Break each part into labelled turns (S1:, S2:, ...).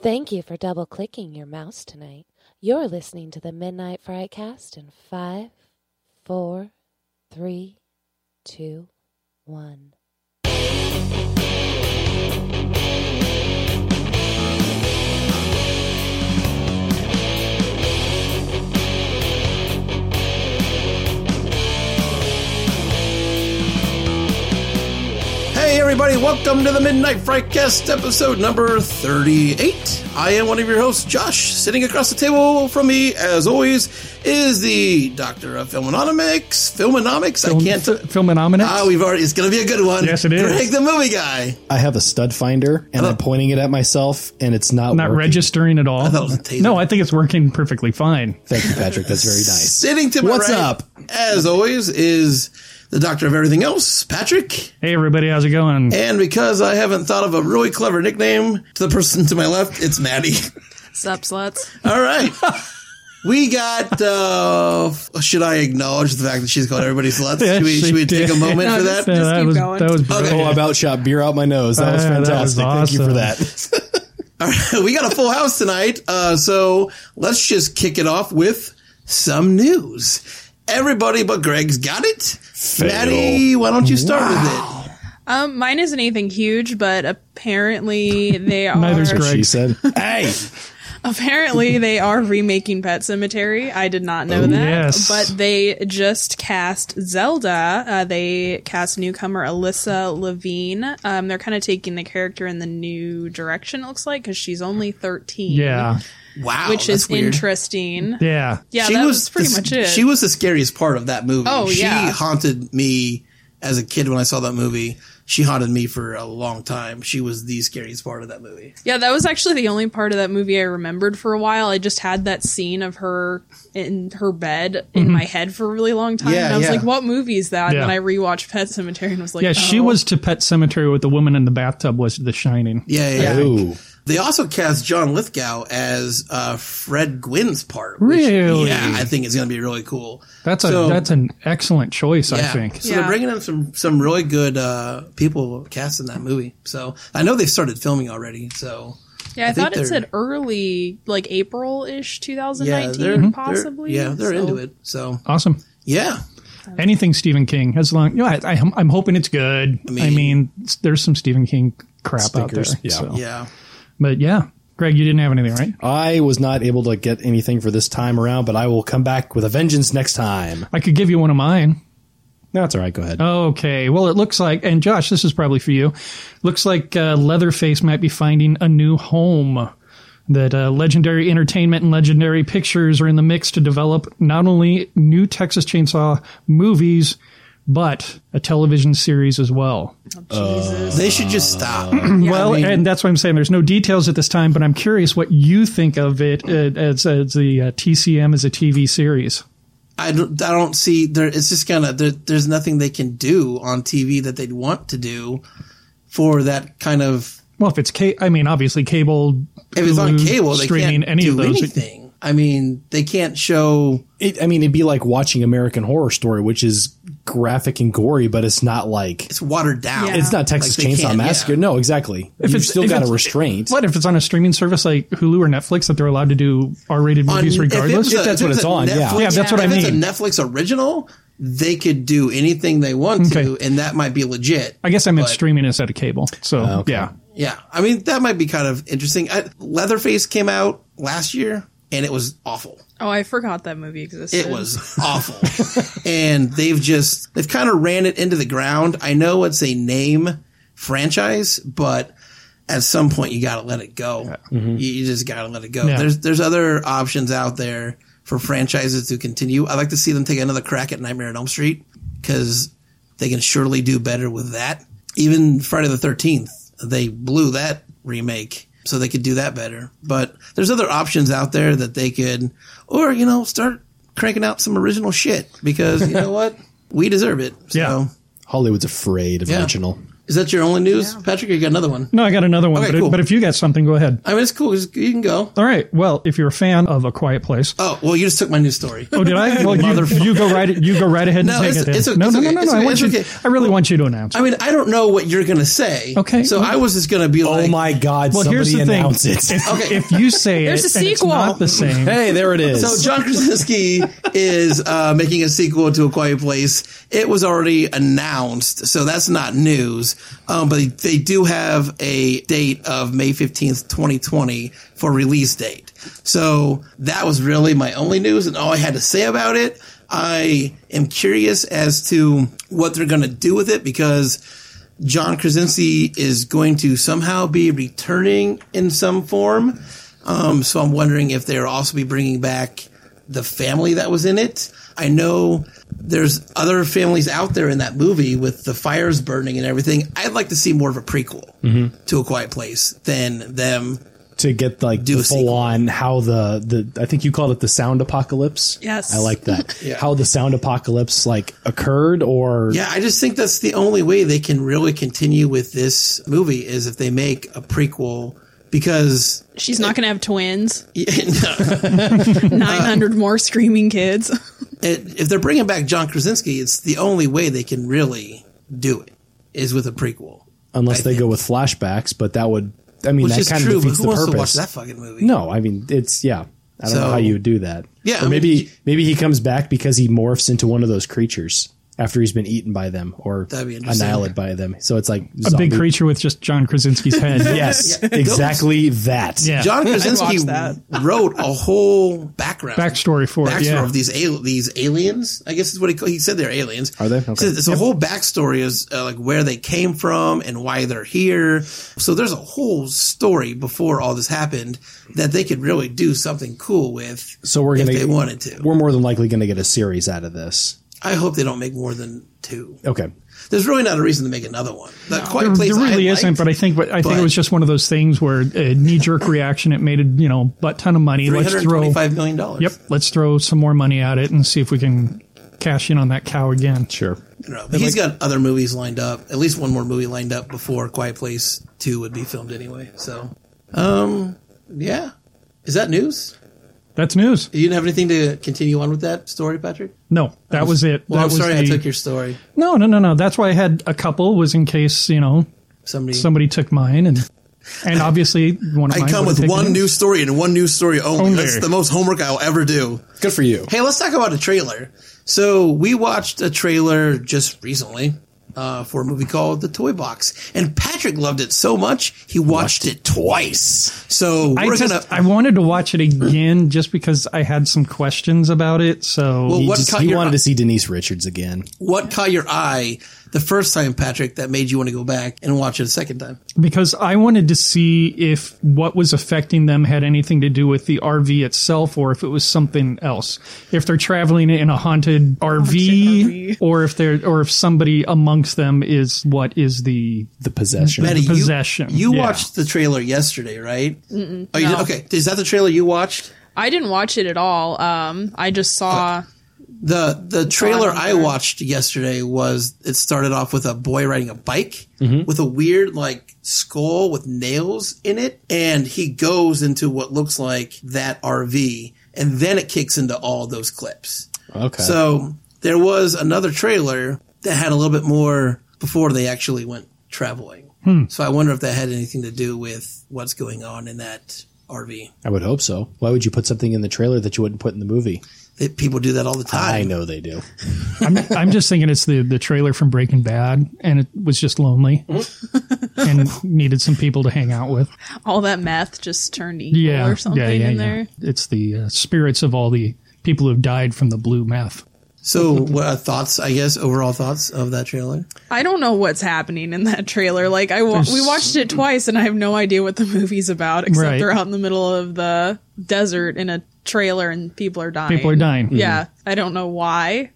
S1: Thank you for double clicking your mouse tonight. You're listening to the Midnight Frightcast in five, four, three, two, one.
S2: Hey, everybody, welcome to the Midnight Frightcast episode number 38. I am one of your hosts, Josh. Sitting across the table from me, as always, is the Doctor of Filmonomics. Filmonomics? I can't.
S3: Film, Philmonomics?
S2: Ah, we've already. It's going to be a good one.
S3: Yes, it is.
S2: Greg the movie guy.
S4: I have a stud finder
S2: Oh.
S4: and I'm pointing it at myself and it's not
S3: not
S4: working.
S3: registering at all.
S2: thought it was a taser.
S3: no, I think it's working perfectly fine.
S4: Thank you, Patrick. That's very nice.
S2: Sitting to my
S4: What's
S2: right,
S4: up?
S2: as always, is the Doctor of Everything Else, Patrick.
S3: Hey, everybody, how's it going?
S2: And because I haven't thought of a really clever nickname to the person to my left, it's Maddie.
S5: Sup, sluts.
S2: All right. We got. Uh, should I acknowledge the fact that she's called everybody sluts?
S3: Yes,
S2: should we,
S3: she
S2: should we take
S3: did.
S2: a moment for
S5: just-
S2: that?
S5: just
S3: that
S5: keep
S3: was
S5: going.
S3: that was
S4: Oh,
S3: brilliant.
S4: I've outshot beer out my nose. That was
S3: Ah, that was
S4: fantastic. Thank you for
S3: awesome.
S4: that.
S2: we got a full house tonight, uh, so let's just kick it off with some news. Everybody but Greg's got it. Maddie, why don't you start with it?
S5: Um, mine isn't anything huge, but apparently they are.
S3: Neither's Greg.
S4: She said, "Hey,
S5: Apparently they are remaking Pet Cemetery. I did not know that.
S3: Oh, yes.
S5: But they just cast Zelda. Uh, they cast newcomer Alyssa Levine. Um, they're kind of taking the character in the new direction. It looks like because she's only thirteen.
S3: Yeah,
S2: Wow,
S5: Which
S2: that's
S5: is
S2: weird.
S5: interesting.
S3: yeah.
S5: Yeah, that was, pretty
S2: the,
S5: much it.
S2: She was the scariest part of that movie.
S5: Oh,
S2: she
S5: yeah.
S2: haunted me as a kid when I saw that movie. She haunted me for a long time. She was the scariest part of that movie.
S5: Yeah, that was actually the only part of that movie I remembered for a while. I just had that scene of her in her bed in my head for a really long time.
S2: Yeah,
S5: and I was
S2: Mm-hmm. yeah.
S5: like, what movie is that?
S3: Yeah.
S5: And then I rewatched Pet Cemetery and was like,
S3: Yeah, she
S5: oh.
S3: was to Pet Cemetery with the woman in the bathtub was The Shining.
S2: Yeah, yeah. yeah.
S4: ooh,
S2: They also cast John Lithgow as uh, Fred Gwynn's part. which,
S3: Really?
S2: Yeah, I think it's going to be really cool.
S3: That's a
S2: So-
S3: that's an excellent choice, I
S2: Yeah.
S3: think.
S2: So
S5: Yeah.
S2: they're bringing in some some really good uh, people cast in that movie. So I know they've started filming already. So
S5: Yeah, I,
S2: think
S5: thought it
S2: they're-
S5: said early, like April ish,
S2: yeah,
S5: 2019,
S2: they're they're-
S5: possibly.
S2: yeah, they're
S5: So-
S2: into it. So
S3: Awesome.
S2: yeah,
S3: Anything Stephen King, as long you know, I, I, I'm hoping it's good. I mean, there's some Stephen King crap
S4: Stinkers.
S3: out there.
S4: Yeah.
S3: so.
S2: yeah.
S3: But yeah, Greg, you didn't have anything, right?
S4: I was not able to get anything for this time around, but I will come back with a vengeance next time."
S3: I could give you one of mine.
S4: No, it's all right. Go ahead.
S3: Uh, Okay. Well, it looks like, and Josh, this is probably for you. Looks like uh, Leatherface might be finding a new home. That uh, Legendary Entertainment and Legendary Pictures are in the mix to develop not only new Texas Chainsaw movies, but a television series as well.
S2: They should just stop.
S3: Uh, well,
S2: I mean-
S3: and that's what I'm saying. There's no details at this time, but I'm curious what you think of it uh, as, as the uh, TCM as a TV series.
S2: I don't, I don't see there. It's just gonna there, there's nothing they can do on TV that they'd want to do for that kind of.
S3: Well, if it's ca- I mean, obviously cable.
S2: If it's on
S3: Hulu,
S2: cable, they
S3: Mm-hmm. streaming,
S2: can't
S3: any
S2: do
S3: of those.
S2: anything. I mean, they can't show.
S4: It, I mean, it'd be like watching American Horror Story, which is graphic and gory, but it's not like
S2: It's watered down.
S4: it's not Texas
S2: Like, they
S4: Chainsaw
S2: can't,
S4: Massacre.
S2: yeah.
S4: No, exactly. You've
S3: it's-
S4: still
S3: if
S4: got a
S3: it's-
S4: restraint.
S3: What if it's on a streaming service like Hulu or Netflix that they're allowed to do R-rated
S2: On-
S3: movies
S2: if it
S3: regardless?
S2: was a-
S4: If that's what
S2: it was
S4: it's
S2: a
S4: on, yeah.
S3: Yeah, that's what
S2: if
S3: I
S2: it's a
S3: mean.
S2: Netflix original, they could do anything they want to,
S3: Okay.
S2: and that might be legit.
S3: I guess I meant
S2: But-
S3: streaming instead of cable. So
S4: Oh, okay.
S3: yeah,
S2: Yeah, I mean that might be kind of interesting. I, Leatherface came out last year, and it was awful.
S5: Oh, I forgot that movie existed.
S2: It was awful. and they've just they've kind of ran it into the ground. I know it's a name franchise, but at some point you got to let it go. You, you just got to let it go.
S3: Mm-hmm. Yeah.
S2: There's there's other options out there for franchises to continue. I'd like to see them take another crack at Nightmare on Elm Street because they can surely do better with that. Even Friday the Thirteenth, they blew that remake. So they could do that better, but there's other options out there that they could, or you know, start cranking out some original shit because you know what, we deserve it. So,
S3: Yeah.
S4: Hollywood's afraid of
S2: Yeah.
S4: original.
S2: Is that your only news, Patrick? Or you got another one?
S3: No, I got another one,
S2: Okay,
S3: but,
S2: cool.
S3: but if you got something, go ahead.
S2: I mean, it's cool. Just- You can go.
S3: All right. Well, if you're a fan of A Quiet Place,
S2: Oh, well, you just took my news story.
S3: oh, did I? Well, you,
S2: Motherfucker.
S3: you go right. You go right ahead and
S2: No,
S3: take
S2: it's-
S3: it. then.
S2: it's o-
S3: no,
S2: it's
S3: no, no,
S2: okay,
S3: no,
S2: it's
S3: no. I
S2: okay,
S3: want you.
S2: it's okay.
S3: I really want you to announce.
S2: I mean, I don't know what you're going to say.
S3: Okay.
S2: So I was just going to be
S4: Oh
S2: like,
S4: my God!
S3: Well,
S4: somebody
S3: here's the thing.
S4: announce it.
S2: Okay.
S3: If you say
S5: There's
S3: it,
S5: a
S3: and it's
S5: sequel.
S3: not the same.
S4: hey, there it is.
S2: So John Krasinski is uh, making a sequel to A Quiet Place. It was already announced, so that's not news. Um, but they do have a date of May fifteenth, twenty twenty, for release date. So that was really my only news and all I had to say about it. I am curious as to what they're going to do with it because. John Krasinski is going to somehow be returning in some form. Um, so I'm wondering if they'll also be bringing back the family that was in it. I know there's other families out there in that movie with the fires burning and everything. I'd like to see more of a prequel
S4: Mm-hmm.
S2: to A Quiet Place than them.
S4: to get like
S2: Do
S4: the
S2: a sequel.
S4: full on how the the I think you called it the sound apocalypse.
S5: Yes.
S4: I like that. How the sound apocalypse like occurred or
S2: Yeah, I just think that's the only way they can really continue with this movie is if they make a prequel because
S5: She's not going to have twins.
S2: Uh,
S5: 900 more screaming kids.
S2: it, if they're bringing back John Krasinski, it's the only way they can really do it is with a prequel.
S4: unless
S2: I
S4: they go with flashbacks, but that would I mean
S2: Which
S4: that
S2: is
S4: kind
S2: true,
S4: of
S2: but
S4: defeats
S2: who
S4: the
S2: wants to watch
S4: purpose.
S2: that fucking movie?
S4: No, I mean it's yeah. I don't
S2: So-
S4: know how you would do that.
S2: Yeah,
S4: Or
S2: I
S4: maybe
S2: mean-
S4: maybe he comes back because he morphs into one of those creatures after he's been eaten by them or
S2: That'd be interesting.
S4: annihilated by them. So it's like
S3: A big
S4: zombie-
S3: creature with just John Krasinski's head.
S4: Yes, exactly that.
S3: Yeah.
S2: John
S5: watch
S2: Krasinski
S5: that.
S2: wrote a whole background
S3: Backstory for it,
S2: backstory
S3: yeah.
S2: of these al- these aliens. I guess is what he called, he said they're aliens.
S4: Are they?
S2: So
S4: Okay.
S2: It's a whole backstory is uh, like where they came from and why they're here. So there's a whole story before all this happened that they could really do something cool with.
S4: So we're
S2: if
S4: gonna
S2: they wanted to.
S4: We're more than likely going to get a series out of this.
S2: I hope they don't make more than two.
S4: Okay.
S2: There's really not a reason to make another one. The Quiet
S3: There,
S2: Place
S3: there
S2: I
S3: really
S2: liked-
S3: isn't, but I think but I think
S2: but-
S3: it was just one of those things where a knee jerk reaction. It made a you know butt ton of money. Let's throw
S2: $325 million dollars.
S3: yep, let's throw some more money at it and see if we can cash in on that cow again.
S4: Sure.
S2: You know, but he's got other movies lined up. At least one more movie lined up before Quiet Place Two would be filmed anyway. So, um, yeah, is that news?
S3: That's news.
S2: You didn't have anything to continue on with that story, Patrick?
S3: No, that was it.
S2: Well,
S3: that
S2: I'm
S3: was
S2: sorry I
S3: the-
S2: took your story.
S3: No, no, no, no. That's why I had a couple was in case you know
S2: Somebody.
S3: somebody took mine and and obviously one of
S2: I
S3: mine
S2: come
S3: would've
S2: with
S3: taken
S2: one
S3: yours.
S2: news story and one news story only.
S3: Only.
S2: That's the most homework I'll ever do.
S4: Good for you.
S2: Hey, let's talk about a trailer. So we watched a trailer just recently uh, for a movie called The Toy Box, and Patrick loved it so much he watched it twice. So
S3: I
S2: we're
S3: just
S2: gonna.
S3: I wanted to watch it again just because I had some questions about it. So
S2: Well,
S4: He,
S2: what
S4: just,
S2: caught
S4: he
S2: your
S4: wanted to see Denise Richards again.
S2: what caught your eye the first time, Patrick, that made you want to go back and watch it a second time?
S3: because I wanted to see if what was affecting them had anything to do with the RV itself or if it was something else. If they're traveling in a haunted RV,
S5: RV.
S3: or if they're or if somebody amongst them is what is the
S4: The possession.
S2: Betty, you-
S3: possession,
S2: You,
S3: yeah.
S2: watched the trailer yesterday, right? Mm-mm, oh, you did? Okay, is that the trailer you watched?
S5: I didn't watch it at all. Um, I just saw.
S2: The the trailer
S5: on
S2: I
S5: there.
S2: watched yesterday was it started off with a boy riding a bike
S3: Mm-hmm.
S2: with a weird like skull with nails in it, and he goes into what looks like that RV, and then it kicks into all those clips.
S4: okay.
S2: So there was another trailer that had a little bit more before they actually went traveling.
S4: Hmm.
S2: So I wonder if that had anything to do with what's going on in that RV.
S4: I would hope so. Why would you put something in the trailer that you wouldn't put in the movie?
S2: That people do that all the time.
S4: I know they do.
S3: I'm, I'm just thinking it's the the trailer from Breaking Bad, and it was just lonely and needed some people to hang out with.
S5: all that meth just turned evil
S3: Yeah,
S5: or something
S3: yeah, yeah,
S5: in
S3: yeah.
S5: there.
S3: It's the uh, spirits of all the people who've died from the blue meth.
S2: So what are thoughts? I guess overall thoughts of that trailer.
S5: I don't know what's happening in that trailer. Like I wa- we watched it twice and I have no idea what the movie's about except
S3: Right.
S5: they're out in the middle of the desert in a trailer and people are dying.
S3: People are dying. Mm-hmm.
S5: Yeah, I don't know why.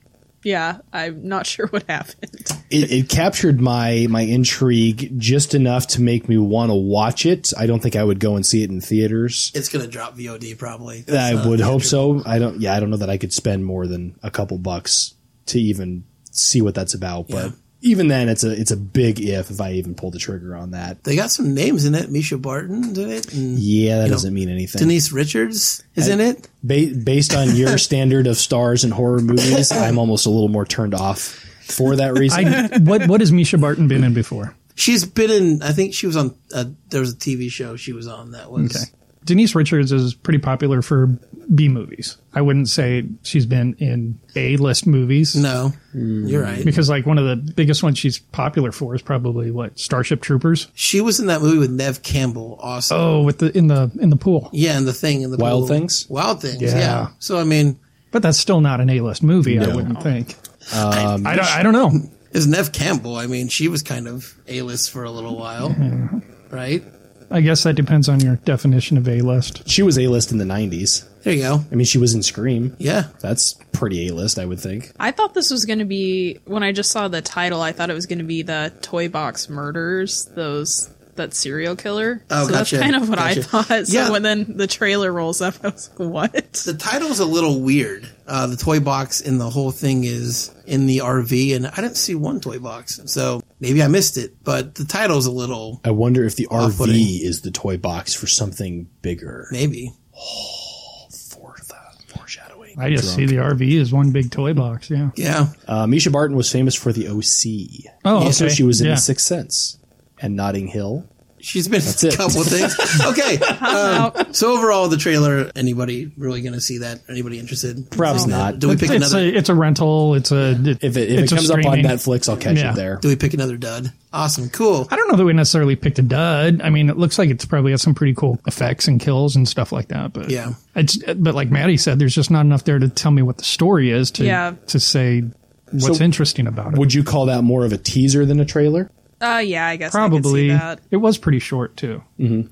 S5: Yeah, I'm not sure what happened.
S4: It, it captured my my intrigue just enough to make me want to watch it. I don't think I would go and see it in theaters.
S2: It's gonna drop VOD probably.
S4: I
S2: So-
S4: would hope so. I don't. Yeah, I don't know that I could spend more than a couple bucks to even see what that's about. But even then, it's a it's a big if if I even pull the trigger on that.
S2: They got some names in it. Misha Barton in it. And
S4: Yeah, that
S2: know,
S4: doesn't mean anything.
S2: Denise Richards is in it.
S4: ba- based on your standard of stars and horror movies, I'm almost a little more turned off for that reason.
S3: I, what what has Misha Barton been in before?
S2: She's been in. I think she was on. Uh, there was a TV show she was on that was.
S3: Okay. Denise Richards is pretty popular for B movies. I wouldn't say she's been in A list movies
S2: No, you're right.
S3: because, like, one of the biggest ones she's popular for is probably what Starship Troopers.
S2: She was in that movie with Nev Campbell. Awesome.
S3: Oh, with the in the in the pool,
S2: Yeah, and the thing in the pool.
S4: Wild Things?
S2: Wild things. Yeah.
S3: Yeah.
S2: So I mean,
S3: but that's still not an A list movie. I wouldn't think.
S4: Um,
S3: I, don't. I don't know.
S2: is Nev Campbell? I mean, she was kind of a list for a little while, right?
S3: I guess that depends on your definition of A list.
S4: She was A list in the '90s.
S2: There you go.
S4: I mean, she was in Scream.
S2: Yeah.
S4: That's pretty A list, I would think.
S5: I thought this was going to be when I just saw the title. I thought it was going to be the Toy Box Murders. Those that serial killer.
S2: Oh,
S5: so
S2: gotcha,
S5: that's kind of what
S2: gotcha.
S5: I thought. So
S2: Yeah.
S5: when then the trailer rolls up, I was like, "What?"
S2: The title's a little weird. Uh, the toy box and the whole thing is in the RV, and I didn't see one toy box, so maybe I missed it. But the title's a little
S4: I wonder if the
S2: Off-putting.
S4: RV is the toy box for something bigger.
S2: maybe.
S4: For the foreshadowing.
S3: I just see the RV as one big toy box. Yeah.
S2: Yeah,
S4: Uh, Misha Barton was famous for the OC.
S3: Oh,
S4: also
S3: okay.
S4: she was in
S3: Yeah.
S4: The Sixth Sense and Notting Hill.
S2: she's been in a
S4: it.
S2: couple of things. Okay, um, so overall, the trailer. Anybody really going to see that? Anybody interested?
S4: Probably
S2: Seeing that?
S4: not.
S2: Do we pick
S3: it's
S2: another?
S3: a it's a rental. It's a it-
S4: If it, if it
S3: it's a
S4: comes up on
S3: streaming.
S4: Netflix, I'll catch
S3: Yeah.
S4: it there.
S2: do we pick another dud? Awesome, cool.
S3: I don't know that we necessarily picked a dud. I mean, it looks like it's probably got some pretty cool effects and kills and stuff like that. But
S2: Yeah.
S3: it's but like Maddie said, there's just not enough there to tell me what the story is to
S5: Yeah.
S3: to say what's
S4: So-
S3: interesting about it.
S4: Would you call that more of a teaser than a trailer?
S5: Uh, yeah, I guess
S3: probably
S5: I, could see that.
S3: it was pretty short too.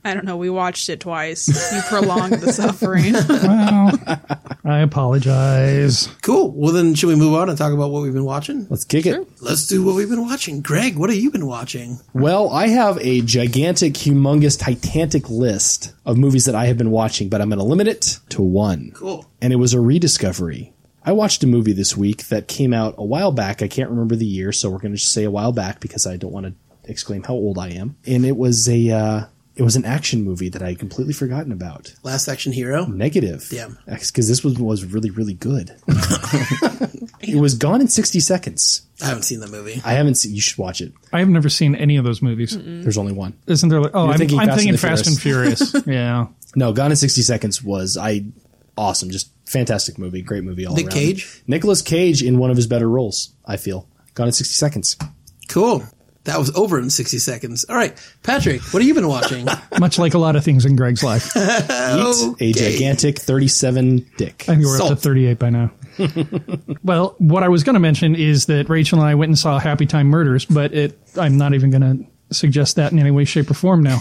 S5: I don't know. We watched it twice. You prolonged the suffering.
S3: Well, I apologize.
S2: Cool. Well, then, should we move on and talk about what we've been watching?
S4: Let's kick it.
S2: Let's do what we've been watching. Greg, what have you been watching?
S4: Well, I have a gigantic, humongous, titanic list of movies that I have been watching, but I'm going to limit it to one.
S2: Cool.
S4: And it was a rediscovery. I watched a movie this week that came out a while back. I can't remember the year, so we're going to just say a while back because I don't want to exclaim how old I am. And it was a uh, it was an action movie that I had completely forgotten about.
S2: Last Action Hero.
S4: Negative.
S2: Damn.
S4: Because this was was really really good. it was gone in 60 seconds.
S2: I haven't seen that movie.
S4: I haven't seen. You should watch it.
S3: I have never seen any of those movies.
S2: Mm.
S4: There's only one.
S3: Isn't there? Like, oh, I'm I'm
S4: thinking
S3: thinking,
S4: Fast and the
S3: Fast and Furious. yeah.
S4: No, Gone in 60 Seconds was I awesome, just fantastic movie, great movie all
S2: Nick
S4: around.
S2: Cage?
S4: Nicolas Cage in one of his better roles, I feel. Gone in 60 Seconds.
S2: Cool. That was over in 60 seconds. All right. Patrick, what have you been watching?
S3: Much like a lot of things in Greg's life, I
S4: A gigantic 37 dick.
S3: think we're up
S2: Salt.
S3: to 38 by now. well, what I was going to mention is that Rachel and I went and saw Happy Time Murders, but it, I'm not even going to suggest that in any way, shape, or form now.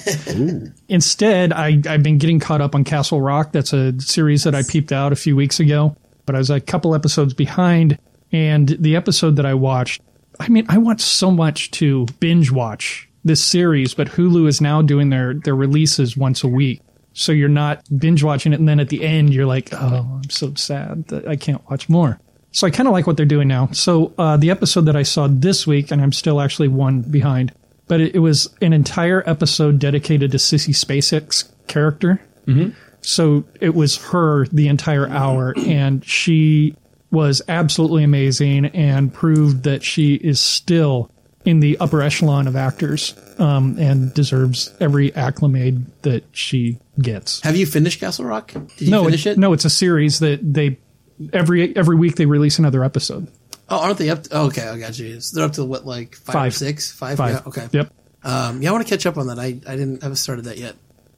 S3: Instead, I, I've been getting caught up on Castle Rock. That's a series that I peeped out a few weeks ago, but I was a couple episodes behind. And the episode that I watched, I mean, I watched so much to binge watch this series, but Hulu is now doing their, their releases once a week. So you're not binge watching it. And then at the end, you're like, oh, I'm so sad that I can't watch more. So I kind of like what they're doing now. So uh, the episode that I saw this week, and I'm still actually one behind, but it, it was an entire episode dedicated to Sissy SpaceX character. Mm-hmm. So it was her the entire hour, and she was absolutely amazing and proved that she is still in the upper echelon of actors um, and deserves every acclamade that she gets.
S2: Have you finished Castle Rock? Did you
S3: no,
S2: finish it?
S3: no, it's a series that they every every week they release another episode.
S2: Oh, aren't they up? To, oh, okay, I got you. So they're up to what, like five, or
S3: Five.
S2: six, five?
S3: Five.
S2: Yeah, okay.
S3: Yep.
S2: Um, yeah, I want to catch up on that. I, I didn't, I haven't started that yet.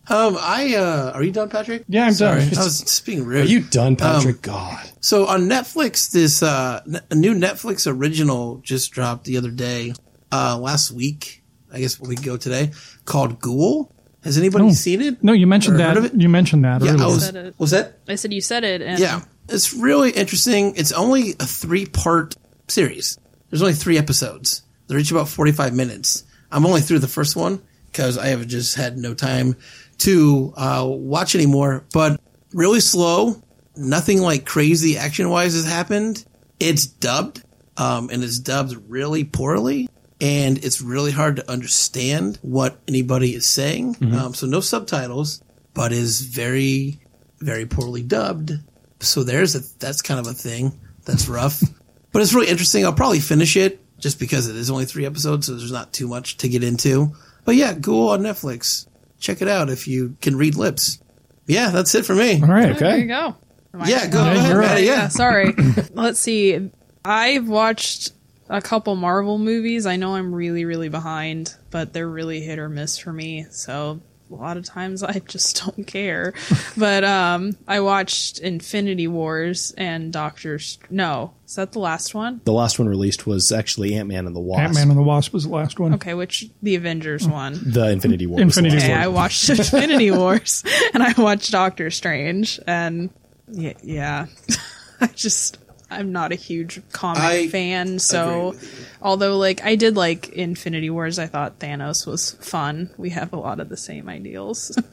S2: Um, I, uh, are you done, Patrick?
S3: Yeah, I'm
S2: Sorry.
S3: done.
S2: I was just being rude.
S4: Are you
S2: Um,
S4: done, Patrick? God.
S3: Oh
S2: So on Netflix, this uh, n- a new Netflix original just dropped the other day, uh, last week. I guess we can go today. Called Ghoul. Has anybody seen it?
S3: No, you mentioned
S2: Or
S3: that.
S2: heard of it?
S3: You mentioned that
S2: Yeah, I
S3: earlier.
S2: was.
S5: Said it.
S2: Was that?
S5: I said you said it, and
S2: Yeah, it's really interesting. It's only a three part series. There's only three episodes. They're each about 45 minutes. I'm only through the first one because I have just had no time to uh, watch anymore, but really slow. Nothing like crazy action wise has happened. It's dubbed, um, and it's dubbed really poorly. and it's really hard to understand what anybody is saying. Um, so no subtitles, but is very, very poorly dubbed. So there's a, that's kind of a thing that's rough, but it's really interesting. I'll probably finish it just because it is only three episodes, so there's not too much to get into. But yeah, Ghoul on Netflix. Check it out if you can read lips. Yeah, that's it for me.
S3: All right.
S5: There you
S4: Okay.
S5: go. Am I-
S2: Yeah, go ahead,
S3: you're up.
S2: Maddie,
S5: Yeah,
S2: Yeah.
S5: sorry. Let's see. I've watched a couple Marvel movies. I know I'm really, really behind, but they're really hit or miss for me. So a lot of times I just don't care. but um, I watched Infinity Wars and Doctor. Str- no, is that the last one?
S4: The last one released was actually Ant Man and the Wasp.
S3: Ant Man and the Wasp was the last one.
S5: Okay, which the Avengers one.
S4: the Infinity War.
S3: Infinity
S4: was the
S5: Okay,
S4: last
S5: I watched Infinity Wars and I watched Doctor Strange and yeah, yeah. I just I'm not a huge comic
S2: I
S5: fan, so although like I did like Infinity Wars, I thought Thanos was fun. We have a lot of the same ideals.
S4: one.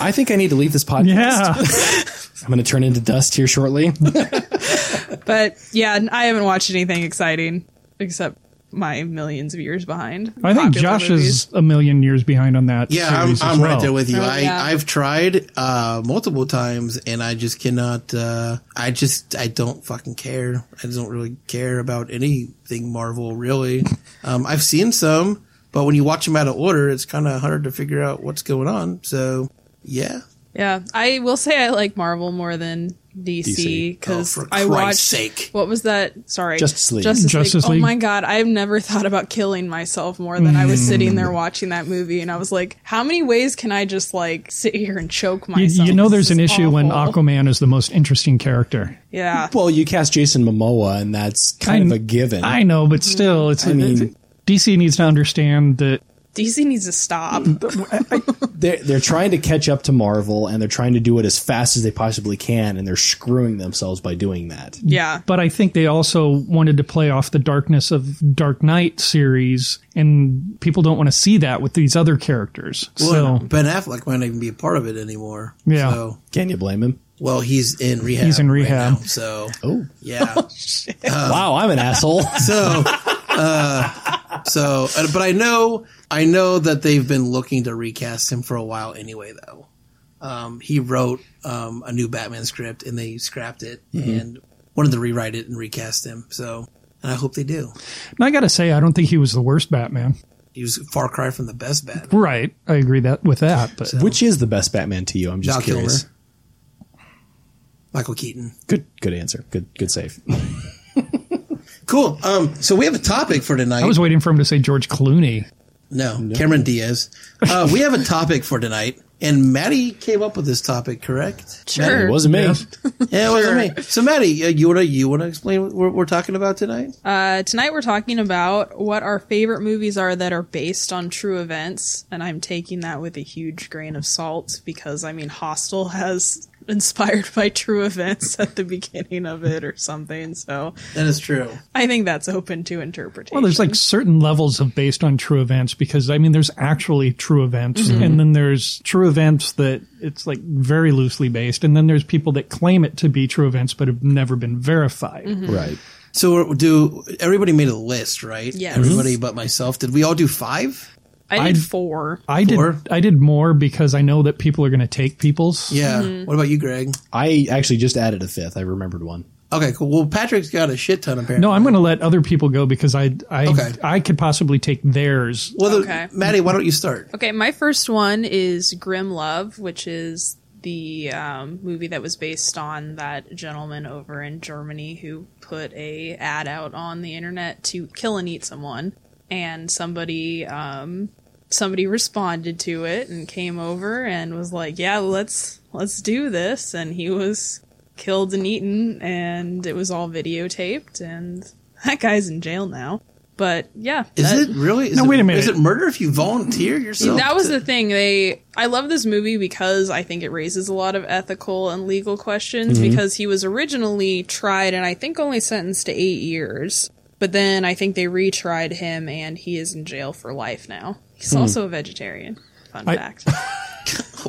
S4: I think I need to leave this podcast.
S3: Yeah.
S4: I'm going to turn into dust here shortly.
S5: but yeah, I haven't watched anything exciting except my millions of years behind.
S3: I think
S5: popular
S3: Josh
S5: movies.
S3: is a million years behind on that.
S2: Yeah, I'm,
S3: series as
S2: I'm right
S3: well.
S2: there with you.
S5: Oh,
S2: I,
S5: yeah.
S2: I've tried uh, multiple times, and I just cannot. Uh, I just I don't fucking care. I don't really care about anything Marvel really. Um, I've seen some, but when you watch them out of order, it's kind of hard to figure out what's going on. So yeah,
S5: Yeah, I will say I like Marvel more than DC
S4: DC.
S5: because
S2: Oh, for
S5: I
S2: Christ's
S5: watched.
S2: sake.
S5: What was that? Sorry,
S4: Justice League.
S5: Justice,
S3: Justice
S5: League.
S3: League.
S5: Oh my god, I've never thought about killing myself more than I was sitting
S3: Mm.
S5: there watching that movie, and I was like, how many ways can I just like sit here and choke
S3: You,
S5: myself?
S3: you know,
S5: This
S3: there's an
S5: is
S3: issue when
S5: awful.
S3: Aquaman is the most interesting character.
S5: Yeah,
S4: well, you cast Jason Momoa, and that's kind
S3: I'm-
S4: of a given.
S3: I know, but still, it's.
S4: I mean-
S3: DC needs to understand that
S5: DC needs to stop.
S4: they're, they're trying to catch up to Marvel, and they're trying to do it as fast as they possibly can, and they're screwing themselves by doing that.
S5: Yeah,
S3: but I think they also wanted to play off the darkness of Dark Knight series, and people don't want to see that with these other characters.
S2: well,
S3: so
S2: Ben Affleck might not even be a part of it anymore.
S3: Yeah.
S2: So,
S4: Can you blame him?
S2: well, he's in rehab.
S3: He's in
S2: right
S3: rehab.
S2: now, so
S4: Oh,
S2: yeah. Uh,
S4: wow, I'm an asshole.
S2: So, uh, so, uh, but I know, I know that they've been looking to recast him for a while anyway, though. Um, he wrote um, a new Batman script and they scrapped it and wanted to rewrite it and recast him. So, and I hope they do.
S3: and I got to say, I don't think he was the worst Batman.
S2: He was a far cry from the best Batman.
S3: Right, I agree that with that. But
S4: Which is the best Batman to you? I'm just
S2: Val Kilmer,
S4: curious.
S2: Michael Keaton.
S4: Good, good answer. Good, good save.
S2: Cool. Um, so we have a topic for tonight.
S3: I was waiting for him to say George Clooney.
S2: No, Cameron Diaz. Uh, we have a topic for tonight, and Maddie came up with this topic, correct?
S5: sure.
S4: It wasn't me.
S2: Yeah, it wasn't me. So, Maddie, uh, you wanna you wanna explain what we're, we're talking about tonight?
S5: Uh, tonight we're talking about what our favorite movies are that are based on true events, and I'm taking that with a huge grain of salt because I mean, Hostel has inspired by true events at the beginning of it or something. So
S2: that is true.
S5: I think that's open to interpretation.
S3: Well, there's like certain levels of based on true events because I mean, there's actually true events,
S2: Mm-hmm.
S3: and then there's true events that it's like very loosely based, and then there's people that claim it to be true events but have never been verified.
S2: Mm-hmm.
S4: Right.
S2: So, we're- do everybody made a list, right?
S5: Yes.
S2: Everybody but myself. Did we all do five?
S5: I did
S3: I'd-
S5: four.
S3: I did.
S2: Four.
S3: I did more because I know that people are going to take people's.
S2: Yeah.
S5: Mm-hmm.
S2: What about you, Greg?
S4: I actually just added a fifth. I remembered one.
S2: Okay, cool. Well, Patrick's got a shit ton apparently.
S3: No, I'm going to let other people go because I I
S2: Okay.
S3: I could possibly take theirs.
S2: Well, the,
S5: Okay.
S2: Maddie, why don't you start?
S5: Okay, my first one is Grim Love, which is the um, movie that was based on that gentleman over in Germany who put a ad out on the internet to kill and eat someone, and somebody um, somebody responded to it and came over and was like, "Yeah, let's let's do this," and he was killed and eaten, and it was all videotaped, and that guy's in jail now. But yeah,
S2: Is
S5: that-
S2: it really? Is
S3: No,
S2: it-
S3: wait a minute.
S2: Is it murder if you volunteer yourself?
S5: that was
S2: to-
S5: the thing. They I love this movie because I think it raises a lot of ethical and legal questions because he was originally tried and I think only sentenced to 8 years. But then I think they retried him and he is in jail for life now. He's also a vegetarian. Fun
S3: I-
S5: fact.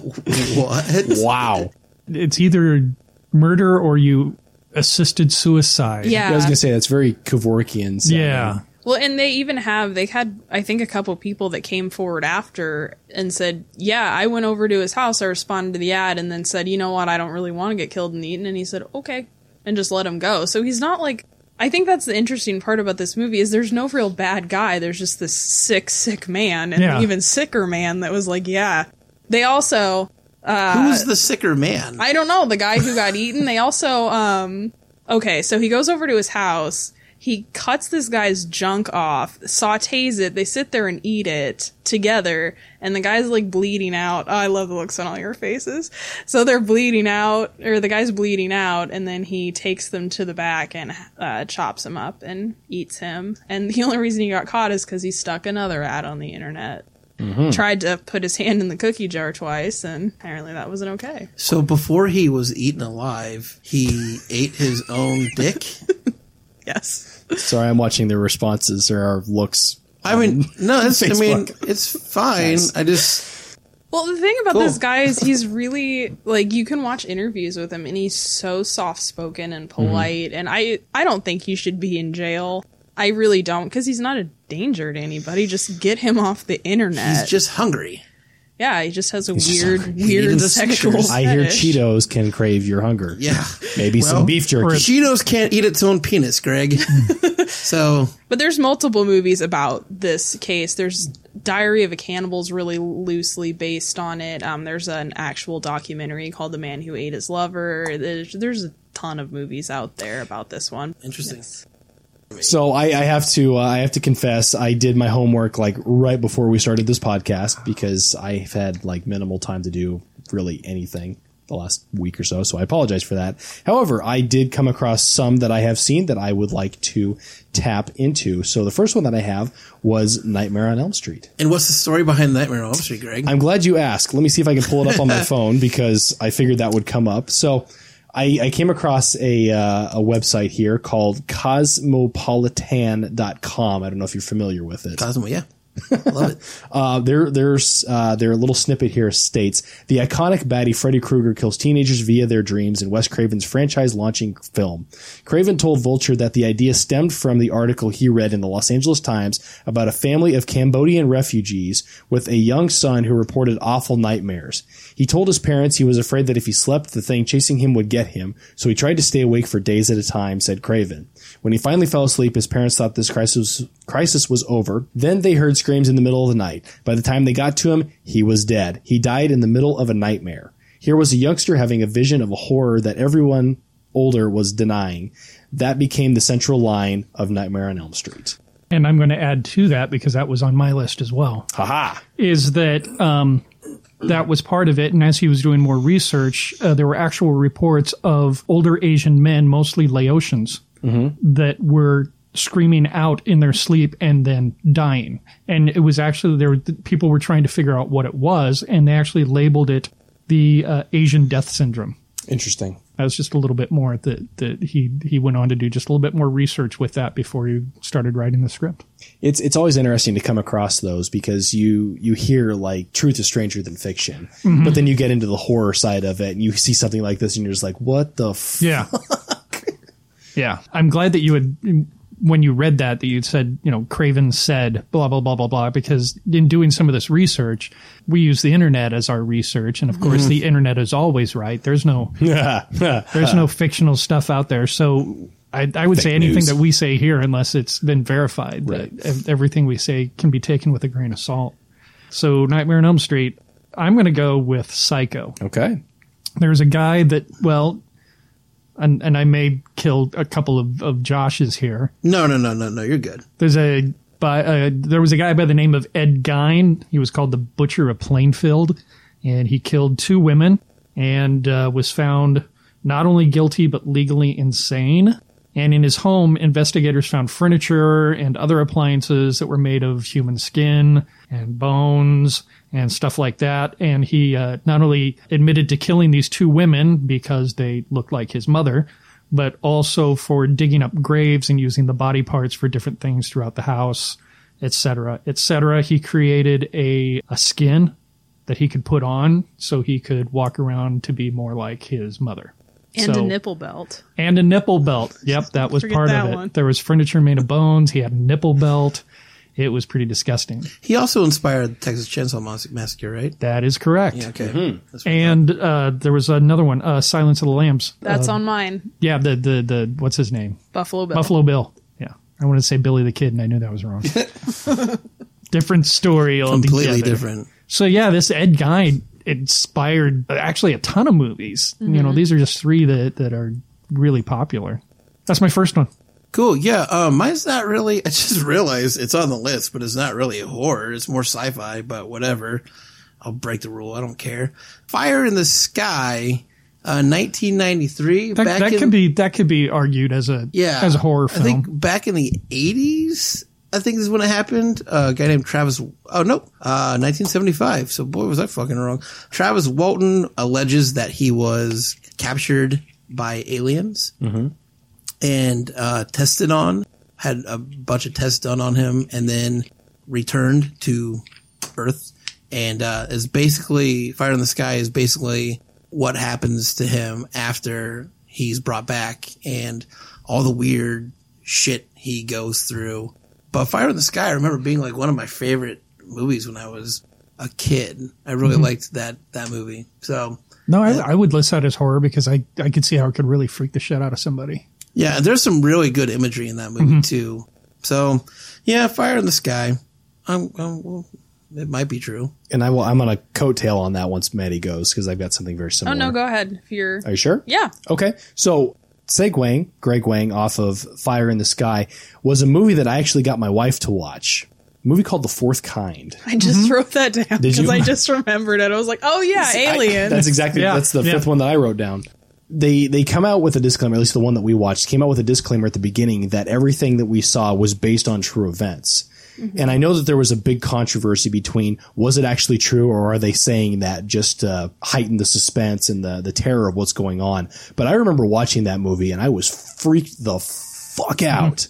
S2: what?
S4: Wow.
S3: It's either murder or you assisted suicide.
S5: yeah.
S4: I was gonna say that's very Kevorkian. sounding.
S3: Yeah.
S5: Well, and they even have they had I think a couple people that came forward after and said, "Yeah, I went over to his house, I responded to the ad and then said, "You know what? I don't really want to get killed and eaten." And he said, "Okay." And just let him go. So he's not like I think that's the interesting part about this movie is there's no real bad guy. There's just this sick sick man and
S3: Yeah.
S5: an even sicker man that was like, "Yeah." They also
S2: Who's the sicker man?
S5: I don't know, the guy who got eaten. They also um okay, so he goes over to his house. He cuts this guy's junk off, sautés it. They sit there and eat it together, and the guy's like bleeding out. Oh, I love the looks on all your faces. So they're bleeding out, or the guy's bleeding out, and then he takes them to the back and uh, chops him up and eats him. And the only reason he got caught is because he stuck another ad on the internet. Tried to put his hand in the cookie jar twice, and apparently that wasn't okay.
S2: So before he was eaten alive, he ate his own dick.
S5: Yes.
S4: Sorry, I'm watching their responses or our looks.
S2: I mean, no, it's, I mean,
S4: Facebook.
S2: it's fine. I just
S5: Well, the thing about
S2: Cool.
S5: this guy is he's really like you can watch interviews with him and he's so soft-spoken
S2: Mm-hmm.
S5: and polite and I I don't think he should be in jail. I really don't cuz he's not a danger to anybody. Just get him off the internet.
S2: he's just hungry.
S5: yeah, he just has a
S4: just
S5: weird
S4: hungry.
S2: He
S5: weird
S2: needed the
S5: sexual
S2: Snickers.
S4: I hear
S5: fetish.
S4: Cheetos can crave your hunger.
S2: Yeah,
S4: Maybe
S2: Well,
S4: some beef jerky.
S2: Cheetos can't eat its own penis, Greg. so
S5: But there's multiple movies about this case. There's Diary of a Cannibal's really loosely based on it. Um, there's an actual documentary called The Man Who Ate His Lover. There's, there's a ton of movies out there about this one.
S2: interesting.
S4: So I, I have to uh, I have to confess I did my homework like right before we started this podcast because I've had like minimal time to do really anything the last week or so. So I apologize for that. However, I did come across some that I have seen that I would like to tap into. So the first one that I have was Nightmare on Elm Street.
S2: And what's the story behind Nightmare on Elm Street, Greg?
S4: I'm glad you asked. Let me see if I can pull it up on my phone because I figured that would come up. So I, I came across a, uh, a website here called cosmopolitan.com. I don't know if you're familiar with it.
S2: Cosmo, yeah, love it.
S4: Uh, their there's uh, their little snippet here states the iconic baddie Freddy Krueger kills teenagers via their dreams in Wes Craven's franchise launching film. Craven told Vulture that the idea stemmed from the article he read in the Los Angeles Times about a family of Cambodian refugees with a young son who reported awful nightmares. He told his parents he was afraid that if he slept, the thing chasing him would get him, so he tried to stay awake for days at a time, said Craven. When he finally fell asleep, his parents thought this crisis, crisis was over. Then they heard screams in the middle of the night. By the time they got to him, he was dead. He died in the middle of a nightmare. Here was a youngster having a vision of a horror that everyone older was denying. That became the central line of Nightmare on Elm Street.
S3: and I'm going to add to that because that was on my list as well.
S4: Haha.
S3: is that um, that was part of it. And as he was doing more research, uh, there were actual reports of older Asian men, mostly Laotians, that were screaming out in their sleep and then dying. And it was actually there. were- People were trying to figure out what it was, and they actually labeled it the uh, Asian death syndrome.
S4: Interesting.
S3: That was just a little bit more that that he he went on to do just a little bit more research with that before he started writing the script.
S4: it's it's always interesting to come across those because you you hear like truth is stranger than fiction, but then you get into the horror side of it and you see something like this and you're just like, what the f-?
S3: Yeah. yeah. I'm glad that you had, when you read that, that you said, you know, Craven said blah, blah, blah, blah, blah, because in doing some of this research, we use the internet as our research. And of course, the internet is always right. There's no, there's no fictional stuff out there. So I, I would say anything
S4: news.
S3: that we say here, unless it's been verified, that ev- everything we say can be taken with a grain of salt. So Nightmare on Elm Street, I'm going to go with Psycho
S4: Okay,
S3: there's a guy that well and and I may kill a couple of, of Josh's here.
S2: No, no, no, no, no. You're good.
S3: There's a by uh, there was a guy by the name of Ed Gein. He was called the Butcher of Plainfield, and he killed two women and uh, was found not only guilty but legally insane. And in his home, investigators found furniture and other appliances that were made of human skin and bones and stuff like that. And he uh, not only admitted to killing these two women because they looked like his mother, but also for digging up graves and using the body parts for different things throughout the house, etc., etc. He created a, a skin that he could put on so he could walk around to be more like his mother.
S5: and
S3: So-
S5: a nipple belt.
S3: and a nipple belt. Yep, that was
S5: Forget
S3: part
S5: that
S3: of it.
S5: one.
S3: There was furniture made of bones. He had a nipple belt. It was pretty disgusting.
S2: He also inspired Texas Chainsaw Mas- Massacre, right?
S3: That is correct.
S2: Yeah, Mm-hmm. okay. That's what-
S3: And uh, there was another one, uh, Silence of the Lambs.
S5: That's
S3: Uh,
S5: on mine.
S3: yeah. The the the what's his name?
S5: Buffalo Bill.
S3: Buffalo Bill. Yeah, I wanted to say Billy the Kid, and I knew that was wrong. different story altogether.
S2: completely different.
S3: So yeah, this Ed Guy inspired actually a ton of movies. You know, these are just three that that are really popular. That's my first one.
S2: Cool. Yeah. Um, mine's not really, I just realized it's on the list, but it's not really horror. It's more sci fi, but whatever. I'll break the rule. I don't care. Fire in the Sky, uh, 1993.
S3: That, that
S2: in-
S3: could be that could be argued as a
S2: yeah,
S3: as a horror
S2: I
S3: film.
S2: think back in the 80s, I think is when it happened. Uh, a guy named Travis, oh no, uh, 1975. So boy, was I fucking wrong. Travis Walton alleges that he was captured by aliens and uh, tested on, had a bunch of tests done on him, and then returned to Earth. And uh, is basically Fire in the Sky is basically what happens to him after he's brought back and all the weird shit he goes through. But Fire in the Sky, I remember being like one of my favorite movies when I was a kid. I really liked that that movie. So
S3: no, I, I would list that as horror because I I could see how it could really freak the shit out of somebody.
S2: Yeah, there's some really good imagery in that movie too. So, yeah, Fire in the Sky. I'm, I'm well, it might be true.
S4: And I will. I'm gonna coattail on that once Maddie goes because I've got something very
S5: Oh
S4: similar.
S5: no, go ahead. If you're
S4: Are you sure?
S5: yeah,
S4: Okay. So segueing Greg Wang off of Fire in the Sky was a movie that I actually got my wife to watch. A movie called The Fourth Kind.
S5: I just wrote that down
S4: Did
S5: because
S4: you?
S5: I just remembered it. I was like, oh yeah, alien.
S4: That's exactly
S3: Yeah,
S4: that's the
S3: yeah.
S4: fifth one that I wrote down. They they come out with a disclaimer, at least the one that we watched came out with a disclaimer at the beginning that everything that we saw was based on true events. And I know that there was a big controversy between was it actually true or are they saying that just to heighten the suspense and the the terror of what's going on. But I remember watching that movie and I was freaked the fuck out